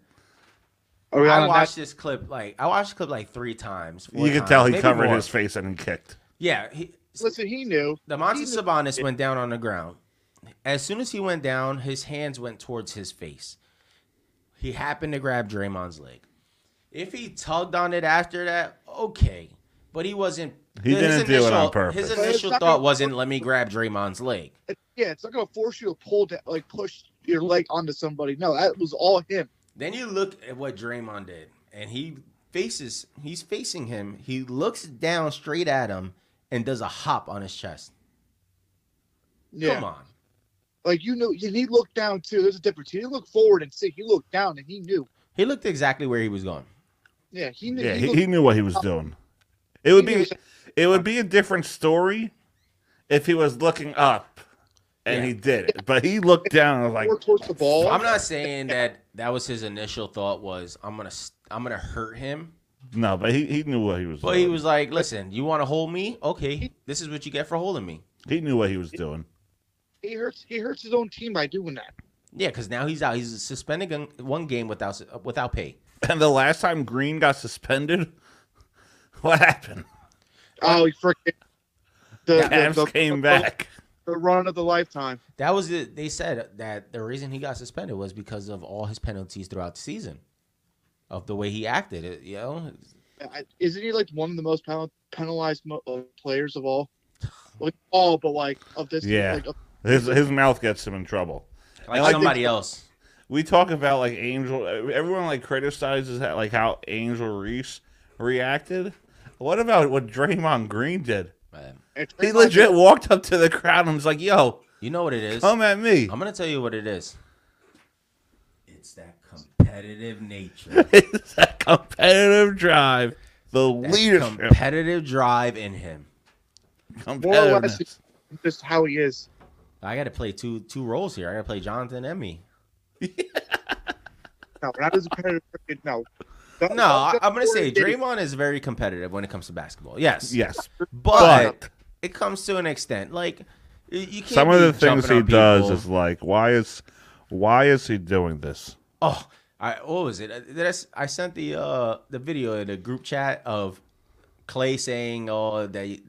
Speaker 3: Are we
Speaker 2: I
Speaker 3: on that?
Speaker 2: watched this clip like I watched the clip like three times. four
Speaker 1: You can
Speaker 2: times,
Speaker 1: tell he
Speaker 2: maybe
Speaker 1: covered
Speaker 2: more.
Speaker 1: his face and he kicked.
Speaker 2: Yeah, he,
Speaker 3: Listen, he knew.
Speaker 2: Demonte
Speaker 3: He knew-
Speaker 2: Sabonis went down on the ground. As soon as he went down, his hands went towards his face. He happened to grab Draymond's leg. If he tugged on it after that, okay. But he wasn't.
Speaker 1: He didn't do it on purpose.
Speaker 2: His
Speaker 3: But it's
Speaker 2: initial
Speaker 3: not-
Speaker 2: thought wasn't, "Let me grab Draymond's leg."
Speaker 3: it- yeah, it's not gonna force you to pull down, like push your leg onto somebody. No, that was all him.
Speaker 2: Then you look at what Draymond did, and he faces. He's facing him. He looks down straight at him and does a hop on his chest.
Speaker 3: Yeah,
Speaker 2: Come on.
Speaker 3: like you know, and he looked down too. There's a difference. He didn't look forward and see. He looked down and he knew.
Speaker 2: He looked exactly where he was going.
Speaker 3: Yeah, he knew.
Speaker 1: Yeah,
Speaker 3: he,
Speaker 1: he,
Speaker 3: looked,
Speaker 1: he knew what he was doing. It would
Speaker 3: he knew
Speaker 1: be it would be a different story if he was looking up and
Speaker 2: Yeah.
Speaker 1: he did it. But he looked down and was like,
Speaker 3: more towards the ball.
Speaker 2: I'm not saying that that was his initial thought was I'm gonna s- I'm gonna hurt him,
Speaker 1: no, but he, he knew what he was
Speaker 2: but
Speaker 1: doing.
Speaker 2: he was like, listen, you want to hold me? Okay, this is what you get for holding me.
Speaker 1: he knew what he was doing.
Speaker 3: He hurts. He hurts his own team by doing that.
Speaker 2: Yeah, because now he's out. He's suspended in one game without s- without pay.
Speaker 1: And the last time Green got suspended, what happened?
Speaker 3: Oh, he freaking the,
Speaker 1: Cavs came back.
Speaker 3: The run of the lifetime.
Speaker 2: That was it. They said that the reason he got suspended was because of all his penalties throughout the season, of the way he acted. It- You know,
Speaker 3: I- Isn't he like one of the most penal- penalized mo- uh, players of all? Like all, but like of this.
Speaker 1: Yeah.
Speaker 3: Like, of-
Speaker 1: His his mouth gets him in trouble.
Speaker 2: like
Speaker 1: I think-
Speaker 2: somebody else.
Speaker 1: we talk about like Angel. Everyone like criticizes that, like how Angel Reese reacted. What about what Draymond Green did?
Speaker 2: Man.
Speaker 3: it's-
Speaker 1: He legit walked up to the crowd and was like, "Yo,
Speaker 2: You know what it is.
Speaker 1: come at me."
Speaker 2: I'm gonna tell you what it is. It's that competitive nature.
Speaker 1: it's that competitive drive, the
Speaker 2: That
Speaker 1: leadership,
Speaker 2: competitive drive in him.
Speaker 3: More or less-
Speaker 1: competitiveness.
Speaker 3: Just how he is.
Speaker 2: I got to play two two roles here. I got to play Jonathan and me.
Speaker 3: No, we're not as competitive. No.
Speaker 2: No, I, I'm gonna say Draymond is very competitive when it comes to basketball. Yes,
Speaker 1: Yes,
Speaker 2: but, it comes to an extent. Like y- you can't.
Speaker 1: some of
Speaker 2: be
Speaker 1: the things
Speaker 2: jumping
Speaker 1: he
Speaker 2: on
Speaker 1: does
Speaker 2: people.
Speaker 1: is like, why is, why is he doing this?
Speaker 2: oh, I what was it? Uh, Did I, s- I sent the uh the video in a group chat of Clay saying, "Oh, they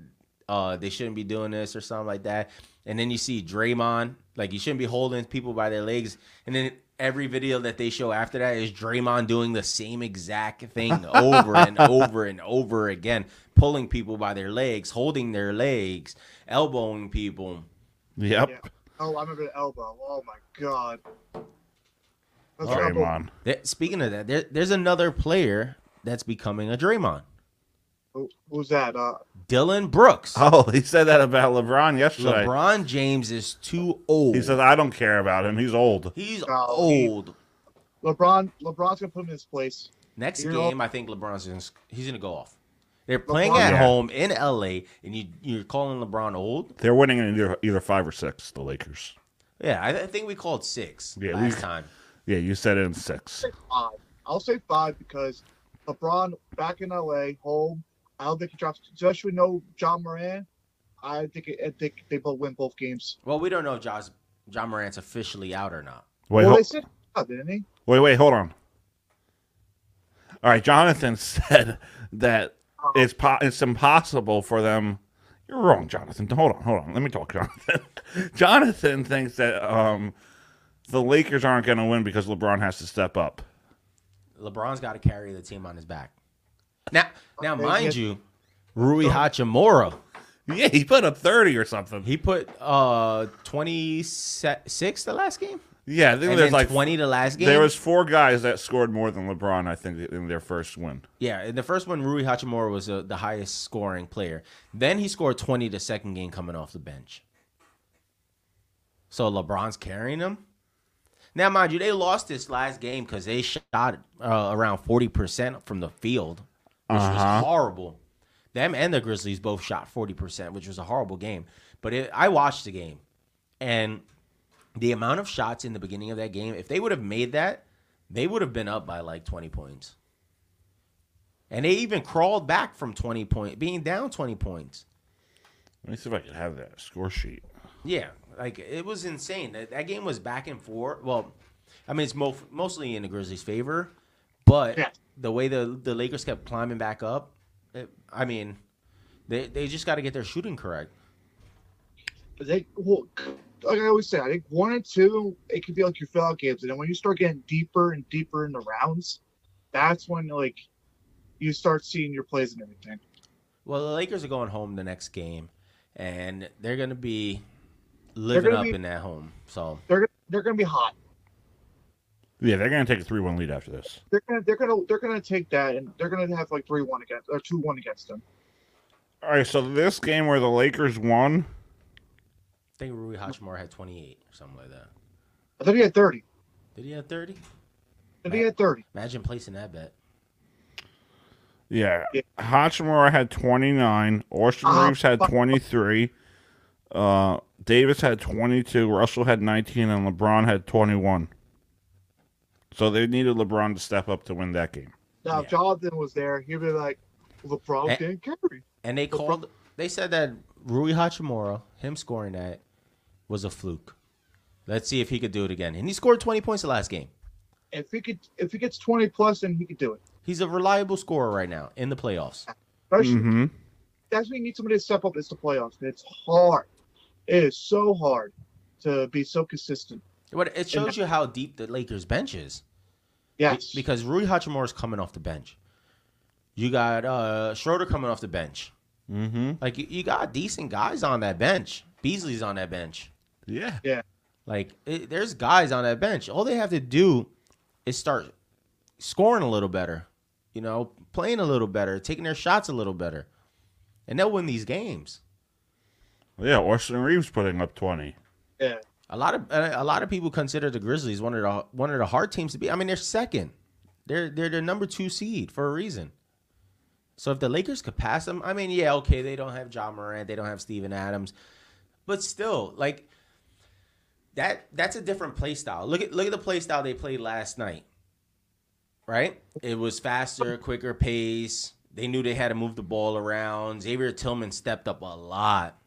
Speaker 2: uh they shouldn't be doing this" or something like that, and then you see Draymond like you shouldn't be holding people by their legs, and then every video that they show after that is Draymond doing the same exact thing over and over and over again, pulling people by their legs, holding their legs, elbowing people.
Speaker 1: Yep.
Speaker 3: Yeah. Oh, I remember the elbow. Oh my god. That's trouble.
Speaker 1: Draymond.
Speaker 2: There- Speaking of that, there, there's another player that's becoming a Draymond,
Speaker 3: Who- Who's that? Uh,
Speaker 2: Dylan Brooks.
Speaker 1: Oh, he said that about LeBron yesterday.
Speaker 2: LeBron James is too old.
Speaker 1: He said, "I don't care about him. He's old."
Speaker 2: He's
Speaker 3: Oh, he-
Speaker 2: old.
Speaker 3: LeBron. LeBron's gonna put him in his place.
Speaker 2: Next
Speaker 3: You know-
Speaker 2: game, I think LeBron's gonna, he's gonna go off. They're playing
Speaker 3: LeBron-
Speaker 2: at
Speaker 1: Yeah.
Speaker 2: home in LA, and you you're calling LeBron old?
Speaker 1: They're winning in either, either five or six. The Lakers.
Speaker 2: Yeah, I, I think we called six
Speaker 1: Yeah,
Speaker 2: last
Speaker 1: we-
Speaker 2: time.
Speaker 1: Yeah, you said it in six.
Speaker 3: I'll say five. I'll say five because LeBron back in LA, home. I don't think he drops, especially no John Moran. I think I think they both win both games.
Speaker 2: Well, we don't know if Josh, John Morant's officially out or not.
Speaker 1: Wait,
Speaker 3: well,
Speaker 1: ho-
Speaker 3: they said five, didn't he?
Speaker 1: wait, wait. Hold on. All right, Jonathan said that
Speaker 3: Uh-huh.
Speaker 1: it's po- it's impossible for them. You're wrong, Jonathan. Hold on, hold on. Let me talk, Jonathan. Jonathan thinks that um, the Lakers aren't going to win because LeBron has to step up.
Speaker 2: LeBron's got to carry the team on his back. Now, now,
Speaker 3: Okay,
Speaker 2: mind
Speaker 3: yeah.
Speaker 2: you, Rui Hachimura,
Speaker 1: Yeah, he put up thirty or something.
Speaker 2: he put uh twenty six the last game,
Speaker 1: Yeah, I think
Speaker 2: and
Speaker 1: there's
Speaker 2: then
Speaker 1: like
Speaker 2: twenty the last game.
Speaker 1: There was four guys that scored more than LeBron, I think, in their first win.
Speaker 2: Yeah, in the first one, Rui Hachimura was uh, the highest scoring player. Then he scored 20 the second game coming off the bench. So LeBron's carrying him. Now, mind you, they lost this last game because they shot uh, around 40% from the field, which
Speaker 1: Uh-huh.
Speaker 2: was horrible. Them and the Grizzlies both shot 40%, which was a horrible game. But it, I watched the game, and the amount of shots in the beginning of that game, if they would have made that, they would have been up by like 20 points. And they even crawled back from 20 point being down 20 points.
Speaker 1: Let me see if I can have that score sheet.
Speaker 2: Yeah, like it was insane. That, that game was back and forth. Well, I mean it's mo- mostly in the Grizzlies' favor, but
Speaker 3: Yeah.
Speaker 2: the way the the Lakers kept climbing back up, it, I mean, they they just got to get their shooting correct.
Speaker 3: But they well, like I always say, I think one and two, it could be like your fail games, and then when you start getting deeper and deeper in the rounds, that's when like you start seeing your plays and everything.
Speaker 2: Well, the Lakers are going home the next game, and they're gonna be
Speaker 3: gonna
Speaker 2: living up
Speaker 3: be-
Speaker 2: in that home. So
Speaker 3: They're gonna they're gonna be hot.
Speaker 1: Yeah, they're going to take a 3 1 lead after this.
Speaker 3: They're gonna they're gonna they're gonna take that and they're gonna have like three one against or two one against them.
Speaker 1: All right, so this game where the Lakers won,
Speaker 2: I think Rui Hachimura had 28 or something like that.
Speaker 3: I think he had thirty.
Speaker 2: Did he have 30?
Speaker 3: I think he had thirty.
Speaker 2: Imagine placing that bet.
Speaker 1: yeah,
Speaker 3: Yeah.
Speaker 1: Hachimura had 29, Austin
Speaker 3: Ah,
Speaker 1: Reeves had
Speaker 3: fuck.
Speaker 1: 23, uh, Davis had 22, Russell had 19, and LeBron had 21. So they needed LeBron to step up to win that game.
Speaker 3: Now
Speaker 2: Yeah.
Speaker 3: if Jonathan was there, he'd be like, LeBron
Speaker 2: Eh.
Speaker 3: didn't carry.
Speaker 2: And they
Speaker 3: pro-
Speaker 2: called. They said that Rui Hachimura, him scoring that, was a fluke. Let's see if he could do it again. And he scored 20 points the last game.
Speaker 3: If he could if he gets twenty plus then he could do it.
Speaker 2: He's a reliable scorer right now in the playoffs.
Speaker 3: Especially
Speaker 1: hmm
Speaker 3: that's when you need somebody to step up. It's the playoffs. It's hard. It is so hard to be so consistent.
Speaker 2: But it shows you how deep the Lakers bench is.
Speaker 3: Yes.
Speaker 2: Be- Because Rui Hachimura is coming off the bench. You got uh, Schroeder coming off the bench.
Speaker 1: hmm
Speaker 2: Like you, you got decent guys on that bench. Beasley's on that bench.
Speaker 1: Yeah.
Speaker 2: Like it, there's guys on that bench. All they have to do is start scoring a little better, you know, playing a little better, taking their shots a little better, and they'll win these games.
Speaker 1: Yeah, Austin Reeves putting up 20.
Speaker 3: yeah.
Speaker 2: A lot of a lot of people consider the Grizzlies one of the one of the hard teams to be. I mean, they're second. They're they're the number two seed for a reason. So if the Lakers could pass them, I mean, yeah, okay, they don't have John Morant, they don't have Steven Adams, but still, like that that's a different play style. Look at look at the play style they played last night. Right? It was faster, quicker pace. They knew they had to move the ball around. Xavier Tillman stepped up a lot.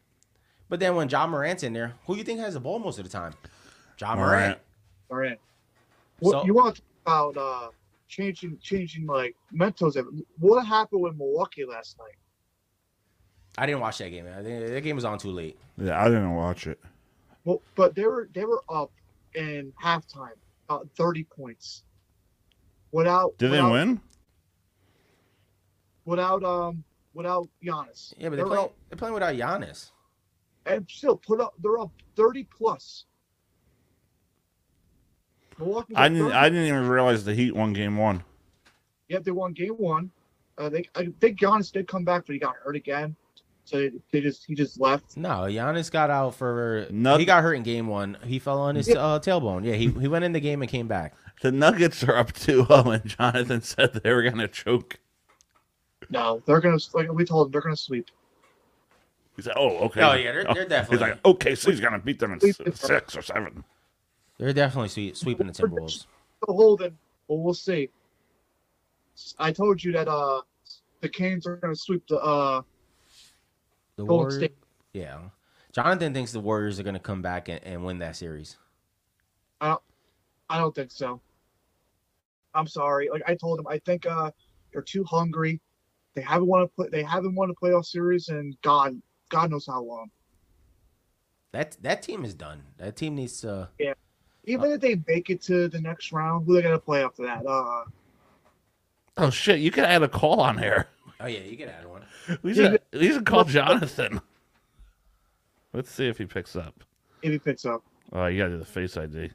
Speaker 2: But then when John Morant's in there, who you think has the ball most of the time? John Morant.
Speaker 1: Morant.
Speaker 3: All right. What
Speaker 2: So-
Speaker 3: you want to talk about uh, changing changing like mentals? What happened with Milwaukee last night?
Speaker 2: I didn't watch that game. Man. I think that game was on too late.
Speaker 1: Yeah, I didn't watch it.
Speaker 3: Well, but they were they were up in halftime, about thirty points. Without
Speaker 1: Did they
Speaker 3: without,
Speaker 1: win?
Speaker 3: Without um without Giannis.
Speaker 2: Yeah, but they're
Speaker 3: They're
Speaker 2: playing,
Speaker 3: up-
Speaker 2: they're playing without Giannis.
Speaker 3: and still put up. They're up thirty plus. Milwaukee's
Speaker 1: I
Speaker 3: up
Speaker 1: didn't.
Speaker 3: 30.
Speaker 1: I didn't even realize the Heat won Game One.
Speaker 3: Yep, they won game one. Uh, they, I think Giannis did come back, but he got hurt again. So they, they just he just left.
Speaker 2: No, Giannis got out for
Speaker 1: Nothing.
Speaker 2: he got hurt in game one. He fell on his
Speaker 3: Yeah.
Speaker 2: uh, tailbone. Yeah, he, he went in the game and came back.
Speaker 1: The Nuggets are up 2-0, and Jonathan said they were gonna choke.
Speaker 3: No, they're gonna like we told them they're gonna sweep.
Speaker 1: He said, "Oh, okay."
Speaker 2: Oh, yeah, they're- they're
Speaker 1: He's
Speaker 2: definitely-
Speaker 1: like, "Okay, so he's gonna beat them in
Speaker 3: Please
Speaker 1: s-
Speaker 3: do.
Speaker 1: six or seven.
Speaker 2: They're definitely sweep, sweeping the Timberwolves.
Speaker 3: So Holden, well we'll see. I told you that uh the Canes are gonna sweep the uh
Speaker 2: The
Speaker 3: Golden
Speaker 2: Warriors.
Speaker 3: State.
Speaker 2: Yeah. Jonathan thinks the Warriors are going to come back and, and win that series.
Speaker 3: I don't think so. I'm sorry. Like I told him, I think uh they're too hungry. They haven't won a play. They haven't won a playoff series, and God, God knows how long.
Speaker 2: That that team is done. That team needs to.
Speaker 3: Even if they make it to the next round, who are they gonna play after that? Uh,
Speaker 1: Oh shit! You could add a call on here.
Speaker 2: Oh yeah, you can add one.
Speaker 1: We
Speaker 3: Yeah,
Speaker 1: should, we should call Jonathan. Let's see if he picks up.
Speaker 3: if he picks up.
Speaker 1: Oh, you gotta do the face ID.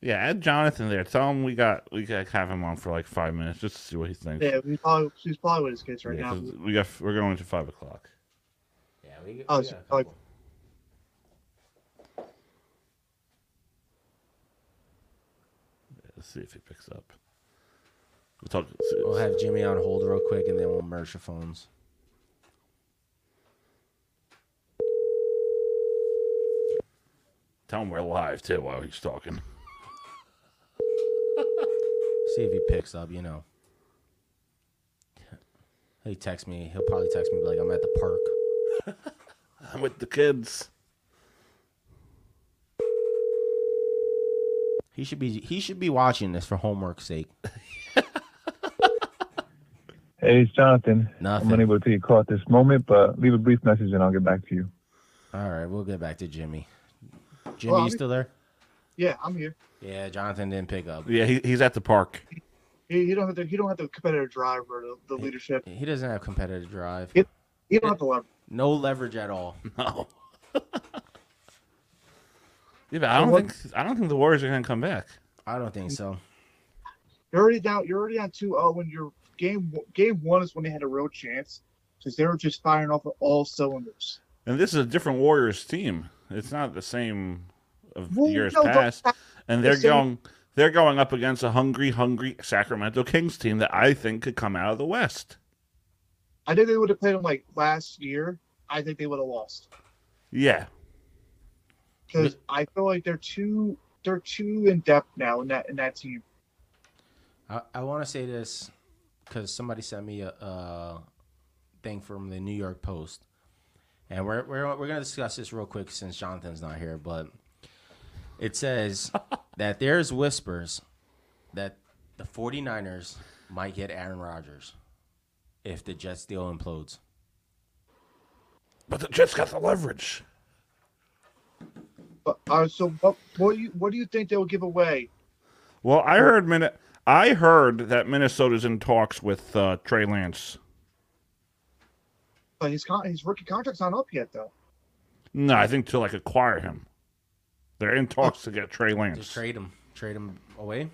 Speaker 1: Yeah, add Jonathan there. Tell him we got we got have him on for like five minutes just to see what he thinks.
Speaker 3: Yeah, he's probably he's probably with his kids right Um,
Speaker 1: Yeah,
Speaker 3: now.
Speaker 1: 'cause we got we're going to five o'clock.
Speaker 2: Yeah, we, we
Speaker 3: Oh,
Speaker 2: got
Speaker 3: so,
Speaker 2: a couple.
Speaker 3: like-
Speaker 1: Yeah, let's see if he picks up. We'll talk. see-
Speaker 2: We'll have Jimmy on hold real quick, and then we'll merge the phones.
Speaker 1: tell him we're live too while he's talking.
Speaker 2: See if he picks up. You know. He texts me. He'll probably text me be like I'm at the park.
Speaker 1: I'm with the kids.
Speaker 2: He should be. He should be watching this for homework's sake.
Speaker 4: Hey, it's Jonathan. I'm
Speaker 2: Nothing.
Speaker 4: unable to take your call at this moment, but leave a brief message and I'll get back to you.
Speaker 2: All right, we'll get back to Jimmy. Jimmy,
Speaker 3: Well,
Speaker 2: you
Speaker 3: I'm-
Speaker 2: still there?
Speaker 3: Yeah, I'm here.
Speaker 2: Yeah, Jonathan didn't pick up.
Speaker 1: Yeah, he, he's at the park.
Speaker 3: He, he don't have the he don't have the competitive drive or the, the leadership.
Speaker 2: He doesn't have competitive drive.
Speaker 3: Yep. He don't have the leverage.
Speaker 2: No leverage at all.
Speaker 1: No. yeah, but I don't
Speaker 3: What-
Speaker 1: think I don't think the Warriors are gonna come back.
Speaker 2: I don't think so.
Speaker 3: You're already down. You're already on 2-0 when your game game one is when they had a real chance because they were just firing off of all cylinders.
Speaker 1: And this is a different Warriors team. It's not the same of
Speaker 3: Well,
Speaker 1: years
Speaker 3: no, but-
Speaker 1: past. And they're
Speaker 3: the same-
Speaker 1: going they're going up against a hungry, hungry Sacramento Kings team that I think could come out of the West.
Speaker 3: I think they would have played them like last year. I think they would have lost
Speaker 1: Yeah.
Speaker 3: because I feel like they're too they're too in depth now in that in that team.
Speaker 2: I, I want to say this because somebody sent me a, a thing from the New York Post, and we're we're we're gonna discuss this real quick since Jonathan's not here. But it says that there's whispers that the 49ers might get Aaron Rodgers if the Jets deal implodes.
Speaker 1: But the Jets got the leverage.
Speaker 3: But uh, so what what do you what do you think they'll give away?
Speaker 1: Well, I heard Min- I heard that Minnesota's in talks with uh, Trey Lance.
Speaker 3: But his con- his rookie contract's not up yet though.
Speaker 1: No, I think to like acquire him. They're in talks to
Speaker 3: Oh.
Speaker 1: get Trey
Speaker 2: Just
Speaker 1: Lance.
Speaker 2: trade him, trade him away.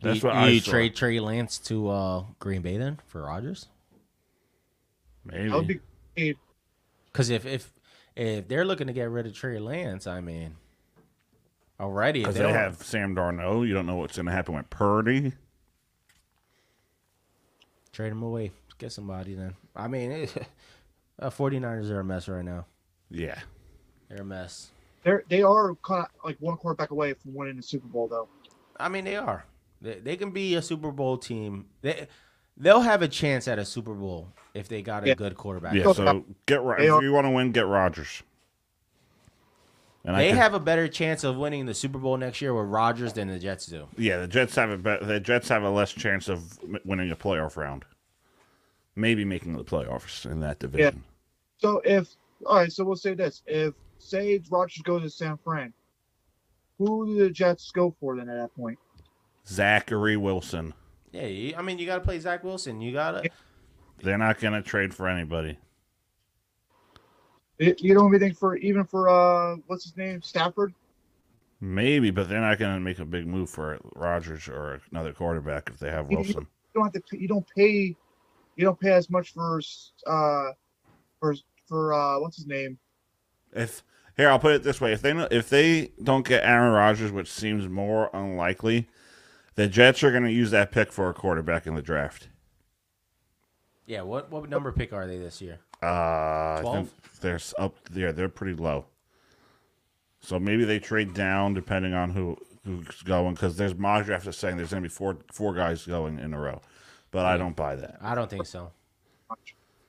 Speaker 1: That's
Speaker 2: you,
Speaker 1: what I
Speaker 2: you
Speaker 1: saw.
Speaker 2: trade Trey Lance to uh, Green Bay then for Rodgers.
Speaker 1: Maybe.
Speaker 3: That would be great.
Speaker 2: Because if if if they're looking to get rid of Trey Lance, I mean, already if
Speaker 1: Because
Speaker 2: they,
Speaker 1: they,
Speaker 2: don't-
Speaker 1: have Sam Darno. You don't know what's going to happen with Purdy.
Speaker 2: trade him away, get somebody then. I mean, it, uh, 49ers are a mess right now.
Speaker 1: Yeah.
Speaker 2: They're a mess.
Speaker 3: They're they are kind of like one quarterback away from winning the Super Bowl though.
Speaker 2: I mean, they are. They, they can be a Super Bowl team. They they'll have a chance at a Super Bowl if they got a
Speaker 3: Yeah.
Speaker 2: good quarterback.
Speaker 1: Yeah,
Speaker 3: Go
Speaker 1: so
Speaker 3: Cowboys.
Speaker 1: get right.
Speaker 3: They
Speaker 1: If
Speaker 3: are-
Speaker 1: you want to win, get Rogers. And
Speaker 2: They
Speaker 1: could-
Speaker 2: have a better chance of winning the Super Bowl next year with Rodgers than the Jets do.
Speaker 1: yeah. The Jets have a bet. The Jets have a less chance of m- winning a playoff round. maybe making the playoffs in that division.
Speaker 3: So if all right, so we'll say this: if say Rogers goes to San Fran, who do the Jets go for then at that point?
Speaker 1: Zachary Wilson.
Speaker 2: Yeah, you, I mean, you got to play Zach Wilson. You got to.
Speaker 1: They're not going to trade for anybody.
Speaker 3: You you don't even think for even for uh what's his name Stafford?
Speaker 1: Maybe, but they're not going to make a big move for Rodgers or another quarterback if they have
Speaker 3: You-
Speaker 1: Wilson.
Speaker 3: You don't have to. pay- You don't pay. You don't pay as much for uh for for uh what's his name?
Speaker 1: If here, I'll put it this way: if they if they don't get Aaron Rodgers, which seems more unlikely, the Jets are going to use that pick for a quarterback in the draft.
Speaker 2: Yeah, what what number pick are they this year?
Speaker 1: Uh, I
Speaker 2: Twelve?
Speaker 1: think they're s- up there. They're pretty low. So maybe they trade down depending on who who's going because there's mock draft is saying there's going to be four four guys going in a row, but I don't buy that.
Speaker 2: I don't think so.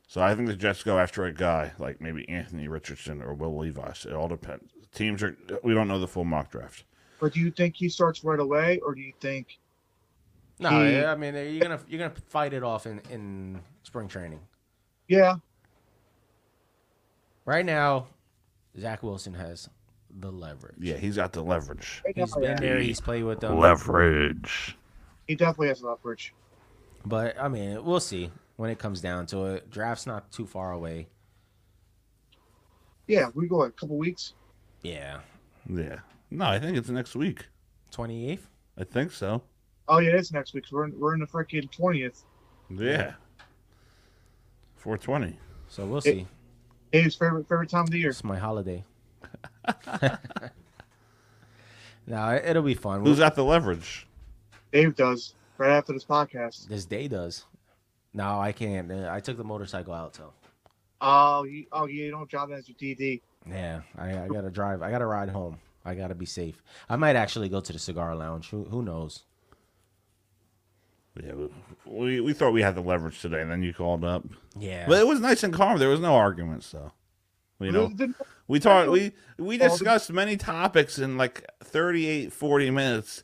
Speaker 1: So I think the Jets go after a guy like maybe Anthony Richardson or Will Levis. It all depends. Teams are we don't know the full mock draft.
Speaker 3: But do you think he starts right away, or do you think
Speaker 2: No,
Speaker 3: He-
Speaker 2: yeah, I mean, you're gonna you're gonna fight it off in in spring training.
Speaker 3: yeah?
Speaker 2: Right now, Zach Wilson has the leverage.
Speaker 1: Yeah, he's got the leverage.
Speaker 3: Right
Speaker 2: He's
Speaker 3: now,
Speaker 2: been
Speaker 3: yeah.
Speaker 2: there. He's played with them.
Speaker 1: Leverage.
Speaker 3: He definitely has leverage.
Speaker 2: But I mean, we'll see when it comes down to it. Draft's not too far away.
Speaker 3: Yeah, we go a couple weeks.
Speaker 2: Yeah,
Speaker 1: Yeah. No, I think it's next week.
Speaker 2: twenty eighth.
Speaker 1: I think so.
Speaker 3: Oh yeah, it's next week. 'cause we're in, we're in the freaking twentieth.
Speaker 1: Yeah. Four twenty.
Speaker 2: So we'll see.
Speaker 3: Dave's favorite favorite time of the year.
Speaker 2: It's my holiday. no, it- it'll be fun.
Speaker 1: Who's got the leverage?
Speaker 3: Dave does right after this podcast.
Speaker 2: This day does. No, I can't. Uh, I took the motorcycle out, so
Speaker 3: Oh, you, oh yeah, you don't job that as your DD.
Speaker 2: yeah, I, I gotta drive. I gotta ride home. I gotta be safe. I might actually go to the cigar lounge. Who, who knows?
Speaker 1: Yeah, we- we we thought we had the leverage today, and then you called up.
Speaker 2: Yeah,
Speaker 1: But it was nice and calm. There was no arguments, though. You know, We talked we we
Speaker 3: All the-
Speaker 1: discussed many topics in like 38 40 minutes.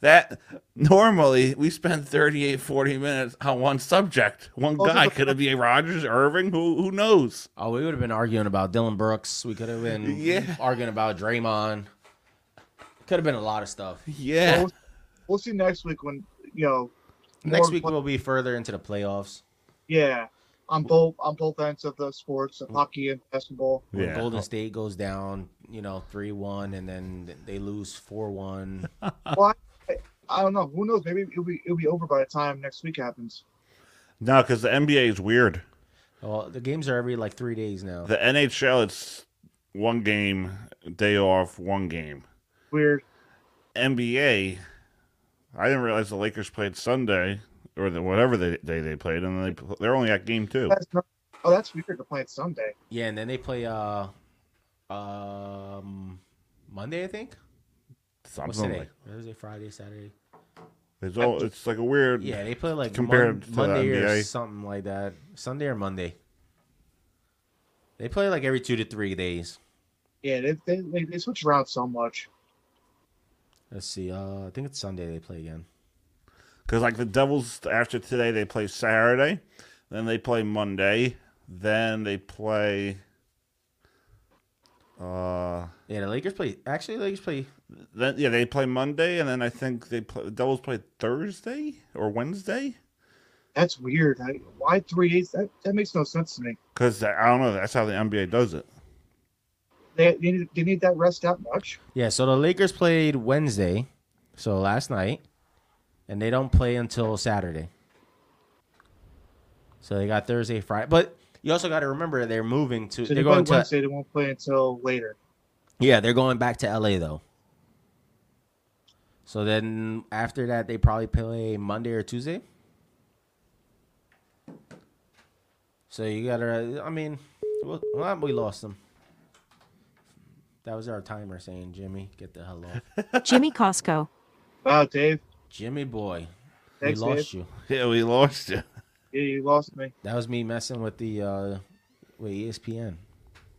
Speaker 1: That normally we spend 38 40 minutes on one subject. One
Speaker 3: Also
Speaker 1: guy
Speaker 3: the-
Speaker 1: could it be Rogers, Irving, who who knows?
Speaker 2: oh, we would have been arguing about Dylan Brooks. We could have been
Speaker 1: Yeah.
Speaker 2: arguing about Draymond. Could have been a lot of stuff.
Speaker 1: Yeah.
Speaker 3: Well, We'll see next week when you know.
Speaker 2: Next
Speaker 3: more
Speaker 2: week
Speaker 3: play-
Speaker 2: we'll be further into the playoffs.
Speaker 3: yeah, on both on both ends of the sports, of hockey and basketball.
Speaker 2: When
Speaker 1: yeah.
Speaker 2: Golden State goes down, you know, three one, and then they lose four one.
Speaker 3: I don't know. Who knows? Maybe it'll be it'll be over by the time next week happens.
Speaker 1: No, cuz the NBA is weird.
Speaker 2: Well, the games are every like three days now.
Speaker 1: The NHL it's one game, day off, one game.
Speaker 3: Weird.
Speaker 1: NBA I didn't realize the Lakers played Sunday or the, whatever the day they played and they pl- they're only at game 2.
Speaker 3: That's not, oh, that's weird to play it Sunday.
Speaker 2: Yeah, and then they play uh um Monday, I think. What's
Speaker 1: Something
Speaker 2: today?
Speaker 1: like
Speaker 2: Thursday, Friday, Saturday.
Speaker 1: it's all it's like a weird
Speaker 2: Yeah, they play like
Speaker 1: Compared
Speaker 2: Mon-
Speaker 1: to the
Speaker 2: Monday or
Speaker 1: NBA.
Speaker 2: something like that. Sunday or Monday. They play like every two to three days.
Speaker 3: Yeah, they they, they, they switch around so much.
Speaker 2: Let's see. Uh, I think it's Sunday they play again.
Speaker 1: Because like the Devils after today they play Saturday, then they play Monday, then they play. Uh,
Speaker 2: Yeah, the Lakers play. Actually, the Lakers play.
Speaker 1: then yeah they play Monday, and then I think they play the Devils play Thursday or Wednesday.
Speaker 3: That's weird. I, why three days? That that makes no sense to me.
Speaker 1: Because I don't know, that's how the NBA does it.
Speaker 3: They they need, they need that rest that much.
Speaker 2: Yeah, so the Lakers played Wednesday, so last night, and they don't play until Saturday. So they got Thursday, Friday, but you also got to remember they're moving to.
Speaker 3: So
Speaker 2: they're
Speaker 3: they play
Speaker 2: going to.
Speaker 3: Wednesday. They won't play until later.
Speaker 2: Yeah, they're going back to LA though. So then after that, they probably play Monday or Tuesday. So you gotta. I mean, well, well, we lost them. That was our timer saying, "Jimmy, get the hell off."
Speaker 5: Jimmy Costco.
Speaker 3: Wow, Dave.
Speaker 2: Jimmy boy,
Speaker 3: Thanks,
Speaker 2: we lost you.
Speaker 1: Yeah, we lost you.
Speaker 3: Yeah, you lost me.
Speaker 2: That was me messing with the uh with ESPN.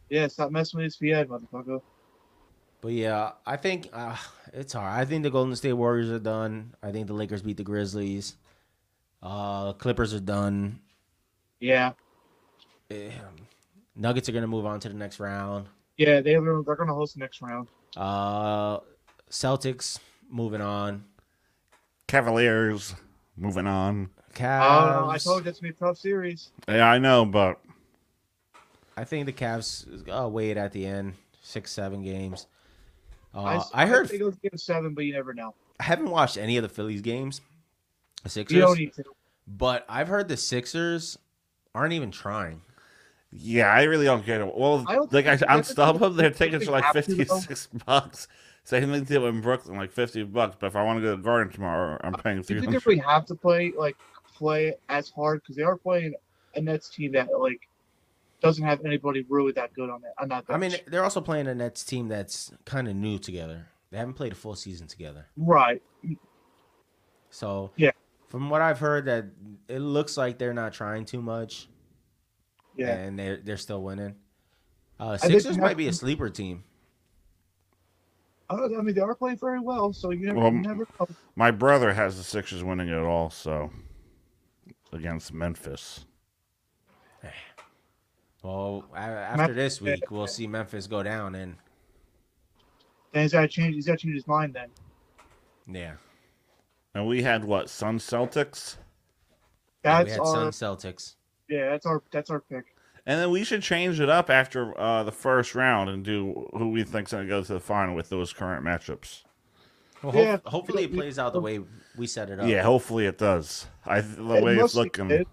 Speaker 3: Yeah, stop messing with ESPN, motherfucker.
Speaker 2: But yeah, I think uh, it's hard. I think the Golden State Warriors are done. I think the Lakers beat the Grizzlies. Uh Clippers are done.
Speaker 3: Yeah,
Speaker 2: Eh, Nuggets are gonna move on to the next round.
Speaker 3: yeah, they they're going to host the next round.
Speaker 2: Uh, Celtics moving on.
Speaker 1: Cavaliers moving on.
Speaker 3: I
Speaker 2: Cavs.
Speaker 3: don't know. Oh, Uh, I told you it's gonna be a tough series.
Speaker 1: Yeah, I know, but
Speaker 2: I think the Cavs uh, weighed at the end, six seven games. Uh, I,
Speaker 3: s-
Speaker 2: heard.
Speaker 3: think it was game seven, but you never know.
Speaker 2: I haven't watched any of the Phillies games, the Sixers,
Speaker 3: You don't e need to.
Speaker 2: but I've heard the Sixers aren't even trying.
Speaker 1: yeah, I really don't care. Well,
Speaker 3: I don't
Speaker 1: like I,
Speaker 3: think
Speaker 1: on
Speaker 3: that's something-
Speaker 1: StubHub, their
Speaker 3: that's something
Speaker 1: tickets are
Speaker 3: you
Speaker 1: like
Speaker 3: have to,
Speaker 1: fifty six bucks. Same thing deal in Brooklyn, like fifty bucks. But if I want to go to the Garden tomorrow, I'm paying
Speaker 3: Do
Speaker 1: three
Speaker 3: you think
Speaker 1: hundred.
Speaker 3: if we have to play like play as hard because they are playing a Nets team that like doesn't have anybody really that good on it? On that
Speaker 2: I mean,
Speaker 3: bench.
Speaker 2: they're also playing a Nets team that's kind of new together. They haven't played a full season together.
Speaker 3: right?
Speaker 2: So
Speaker 3: Yeah.
Speaker 2: from what I've heard, that it looks like they're not trying too much,
Speaker 3: Yeah.
Speaker 2: and they're they're still winning. Uh,
Speaker 3: think
Speaker 2: Sixers
Speaker 3: you
Speaker 2: might
Speaker 3: have
Speaker 2: be a
Speaker 3: to-
Speaker 2: sleeper team.
Speaker 3: I don't know, I mean, they are playing very well, so you never,
Speaker 1: Well,
Speaker 3: you never know.
Speaker 1: My brother has the Sixers winning it all, so against Memphis.
Speaker 2: Well, a- after this week, we'll see Memphis go down, and
Speaker 3: Then he's got to change. He's got to change his mind. Then
Speaker 2: yeah,
Speaker 1: And we had what Sun Celtics,
Speaker 2: we
Speaker 3: that's
Speaker 2: had Sun
Speaker 3: our
Speaker 2: Celtics.
Speaker 3: yeah. That's our that's our pick.
Speaker 1: and then we should change it up after uh, the first round and do who we think's going to go to the final with those current matchups.
Speaker 2: Well, hope-
Speaker 3: Yeah.
Speaker 2: hopefully it plays out the way we set it up.
Speaker 1: Yeah, hopefully it does. I the way
Speaker 3: Unless
Speaker 1: it's
Speaker 3: they
Speaker 1: looking.
Speaker 3: did-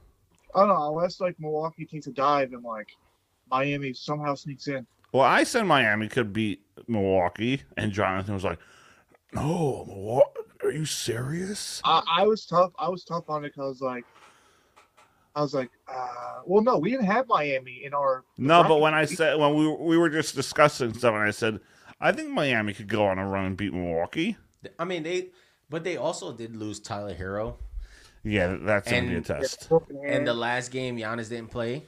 Speaker 3: I don't know. Unless like Milwaukee takes a dive and like Miami somehow sneaks in.
Speaker 1: Well, I said Miami could beat Milwaukee, and Jonathan was like, "No, Milwaukee, are you serious?"
Speaker 3: I, I was tough. I was tough on it because like I was like, uh, well, no, we didn't have Miami in our.
Speaker 1: No, but
Speaker 3: Right.
Speaker 1: when I said when we were- we were just discussing stuff, and I said, "I think Miami could go on a run and beat Milwaukee."
Speaker 2: I mean they, but they also did lose Tyler Hero,
Speaker 1: Yeah, that's gonna be a
Speaker 2: And-
Speaker 1: test.
Speaker 3: broken hand.
Speaker 2: and the last game Giannis didn't play.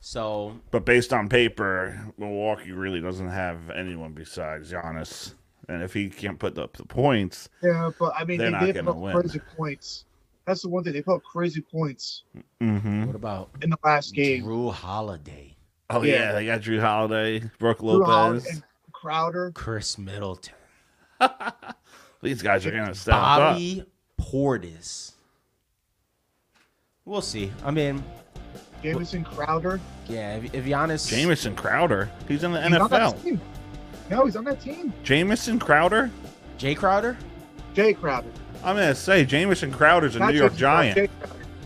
Speaker 2: So
Speaker 1: But based on paper, Milwaukee really doesn't have anyone besides Giannis, and if he can't put up the points,
Speaker 3: yeah, but I mean,
Speaker 1: They're
Speaker 3: they
Speaker 1: not
Speaker 3: did
Speaker 1: gonna
Speaker 3: put up
Speaker 1: win.
Speaker 3: crazy points. That's the one thing they put up crazy points
Speaker 1: mm-hmm.
Speaker 2: what about
Speaker 3: in the last game.
Speaker 2: Drew Holiday,
Speaker 1: oh yeah.
Speaker 3: Yeah.
Speaker 1: they got Drew Holiday, Brooke
Speaker 3: Drew Holiday
Speaker 1: Lopez.
Speaker 3: and Crowder.
Speaker 2: Chris Middleton,
Speaker 1: These guys are gonna step up.
Speaker 2: Bobby Portis? We'll see. I mean,
Speaker 3: Jamison Crowder.
Speaker 2: yeah, if, if Giannis,
Speaker 1: Jamison Crowder, he's in the
Speaker 3: He's on that
Speaker 1: NFL.
Speaker 3: team. No, he's on that team.
Speaker 1: Jamison Crowder?
Speaker 2: Jay Crowder,
Speaker 3: Jay Crowder.
Speaker 1: I'm gonna say Jamison Crowder's a
Speaker 3: Not
Speaker 1: New York
Speaker 3: Jason Crowder,
Speaker 1: Giant.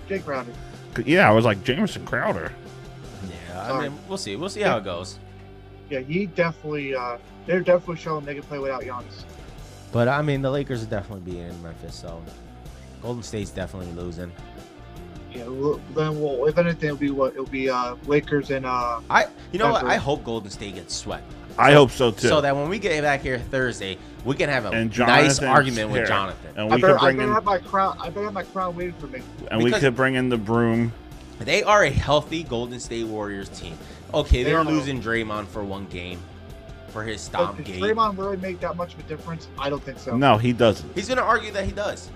Speaker 3: Jay Crowder. Jay Crowder.
Speaker 1: Yeah, I was like Jamison Crowder.
Speaker 2: yeah. I
Speaker 3: Sorry.
Speaker 2: mean, we'll see. We'll see how it goes.
Speaker 3: Yeah, he definitely. Uh, they're definitely showing they can play without Giannis.
Speaker 2: But I mean, the Lakers are definitely being in Memphis, so Golden State's definitely losing.
Speaker 3: Yeah, we'll, then we'll, if anything, it'll be what it'll be uh, Lakers and uh,
Speaker 2: I, you know what?
Speaker 3: Denver.
Speaker 2: I hope Golden State gets swept,
Speaker 1: I hope so too.
Speaker 2: so that when we get back here Thursday, we can have a
Speaker 1: And
Speaker 2: nice
Speaker 1: Jonathan's
Speaker 2: argument
Speaker 1: here.
Speaker 2: with Jonathan.
Speaker 1: and
Speaker 3: I
Speaker 1: we
Speaker 3: better,
Speaker 1: could
Speaker 3: I
Speaker 1: bring
Speaker 3: better
Speaker 1: in
Speaker 3: have my crown. I better have my crown waiting for me.
Speaker 1: and we
Speaker 2: because-
Speaker 1: could bring in the broom.
Speaker 2: They are a healthy Golden State Warriors team. Okay,
Speaker 3: They
Speaker 2: they're
Speaker 3: are.
Speaker 2: losing Draymond for one game for his
Speaker 3: But
Speaker 2: stomp
Speaker 3: Does
Speaker 2: game.
Speaker 3: Draymond really make that much of a difference? I don't think so.
Speaker 1: No, he doesn't.
Speaker 2: He's gonna argue that he does.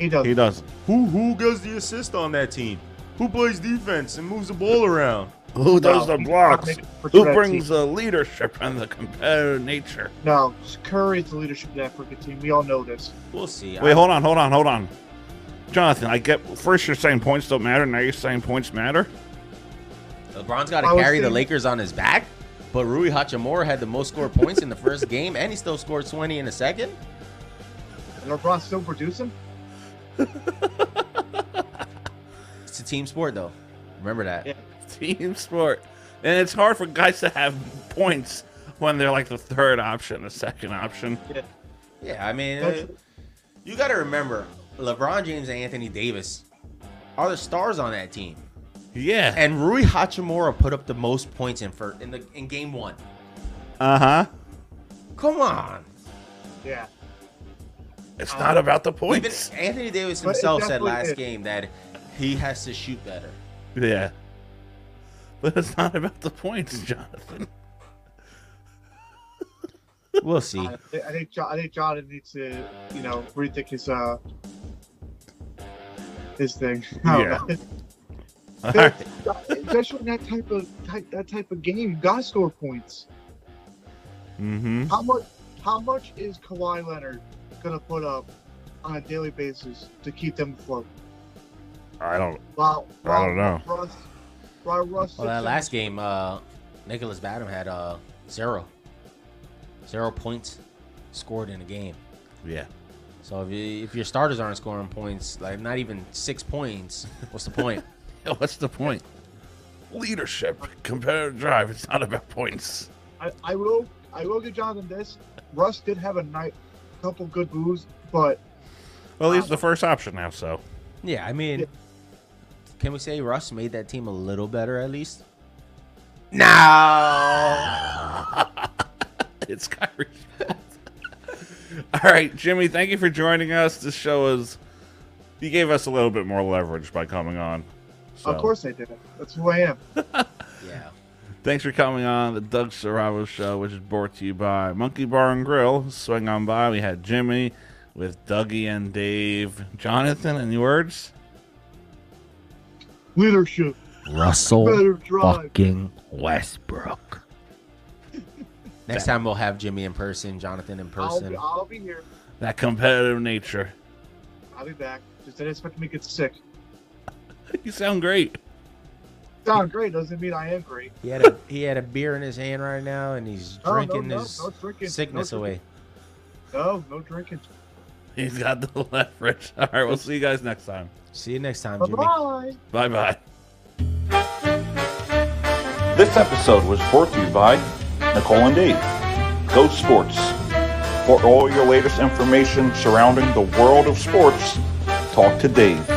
Speaker 3: he doesn't.
Speaker 1: He doesn't.
Speaker 2: Who who gets the assist on that team? Who plays defense and moves the ball around?
Speaker 1: Who
Speaker 3: No,
Speaker 1: does the
Speaker 3: he does
Speaker 1: blocks?
Speaker 3: make a difference
Speaker 1: Who
Speaker 3: for that
Speaker 1: brings
Speaker 3: team.
Speaker 1: the leadership and the competitive nature?
Speaker 3: No, Curry is the leadership of that freaking team. We all know this.
Speaker 2: We'll see.
Speaker 1: Wait, hold on, hold on, hold on. Jonathan, I get first you're saying points don't matter, now you're saying points matter.
Speaker 2: LeBron's got to
Speaker 3: I was
Speaker 2: carry the
Speaker 3: thinking-
Speaker 2: Lakers on his back, but Rui Hachimura had the most scored points in the first game, and he still scored 20 in the second.
Speaker 3: And LeBron's still producing.
Speaker 2: It's a team sport, though. Remember that.
Speaker 3: Yeah.
Speaker 1: Team sport. And it's hard for guys to have points when they're like the third option, the second option.
Speaker 2: Yeah, I mean,
Speaker 3: That's-
Speaker 2: uh, you got to remember, LeBron James and Anthony Davis are the stars on that team,
Speaker 1: Yeah.
Speaker 2: and Rui Hachimura put up the most points in for in the in game one.
Speaker 1: Uh huh.
Speaker 2: Come on.
Speaker 3: Yeah,
Speaker 1: It's not about the
Speaker 2: Even
Speaker 1: points.
Speaker 2: Anthony Davis
Speaker 3: But it
Speaker 2: himself said
Speaker 3: definitely
Speaker 2: last
Speaker 3: is.
Speaker 2: game that he has to shoot better.
Speaker 1: yeah. But it's not about the points, Jonathan.
Speaker 2: We'll see.
Speaker 3: I, I think Jo- I think John needs to you know rethink his uh his thing. I don't
Speaker 1: Yeah.
Speaker 3: know.
Speaker 1: right.
Speaker 3: especially in that type of type, that type of game. You gotta score points.
Speaker 1: Mm-hmm.
Speaker 3: How much? How much is Kawhi Leonard gonna put up on a daily basis to keep them afloat?
Speaker 1: I don't.
Speaker 3: While, while
Speaker 1: I don't know.
Speaker 3: Russ, while Russ
Speaker 2: Well, that
Speaker 3: sits
Speaker 2: last game, uh, Nicholas Batum had uh, zero. Zero points scored in a game.
Speaker 1: Yeah.
Speaker 2: So if, you, if your starters aren't scoring points, like not even six points, what's the point?
Speaker 1: What's the point? Leadership, competitive drive. It's not about points.
Speaker 3: I, I will I will give Jonathan this. Russ did have a night, couple good moves, but
Speaker 1: Well, he's the first option now, so
Speaker 2: yeah, I mean, can we say Russ made that team a little better at least? No.
Speaker 1: it's Kyrie's fault. All right, Jimmy. Thank you for joining us. This show is. You gave us a little bit more leverage by coming on. So,
Speaker 3: of course I did. That's who I am.
Speaker 2: Yeah.
Speaker 1: Thanks for coming on the Doug Serravo Show, which is brought to you by Monkey Bar and Grill. Swing on by. We had Jimmy with Dougie and Dave. Jonathan, any words?
Speaker 3: Leadership,
Speaker 2: Russell
Speaker 3: better drive.
Speaker 2: Westbrook. Next time we'll have Jimmy in person, Jonathan in
Speaker 3: I'll
Speaker 2: person.
Speaker 3: be, I'll be here.
Speaker 1: That competitive nature.
Speaker 3: I'll be back. Just didn't expect me to get sick.
Speaker 1: You sound great.
Speaker 3: Sound great doesn't mean I am great.
Speaker 2: He had a he had a beer in his hand right now, and he's
Speaker 3: No, no,
Speaker 2: drinking
Speaker 3: no,
Speaker 2: his
Speaker 3: no drinking, no
Speaker 2: sickness
Speaker 3: drinking.
Speaker 2: away.
Speaker 3: No, no drinking.
Speaker 1: He's got the leverage. All right, we'll see you guys next time.
Speaker 2: See you next time,
Speaker 3: Bye
Speaker 2: Jimmy.
Speaker 3: bye.
Speaker 1: Bye bye.
Speaker 5: This episode was brought to you by Nicole and Dave, Go Sports. For all your latest information surrounding the world of sports, talk to Dave.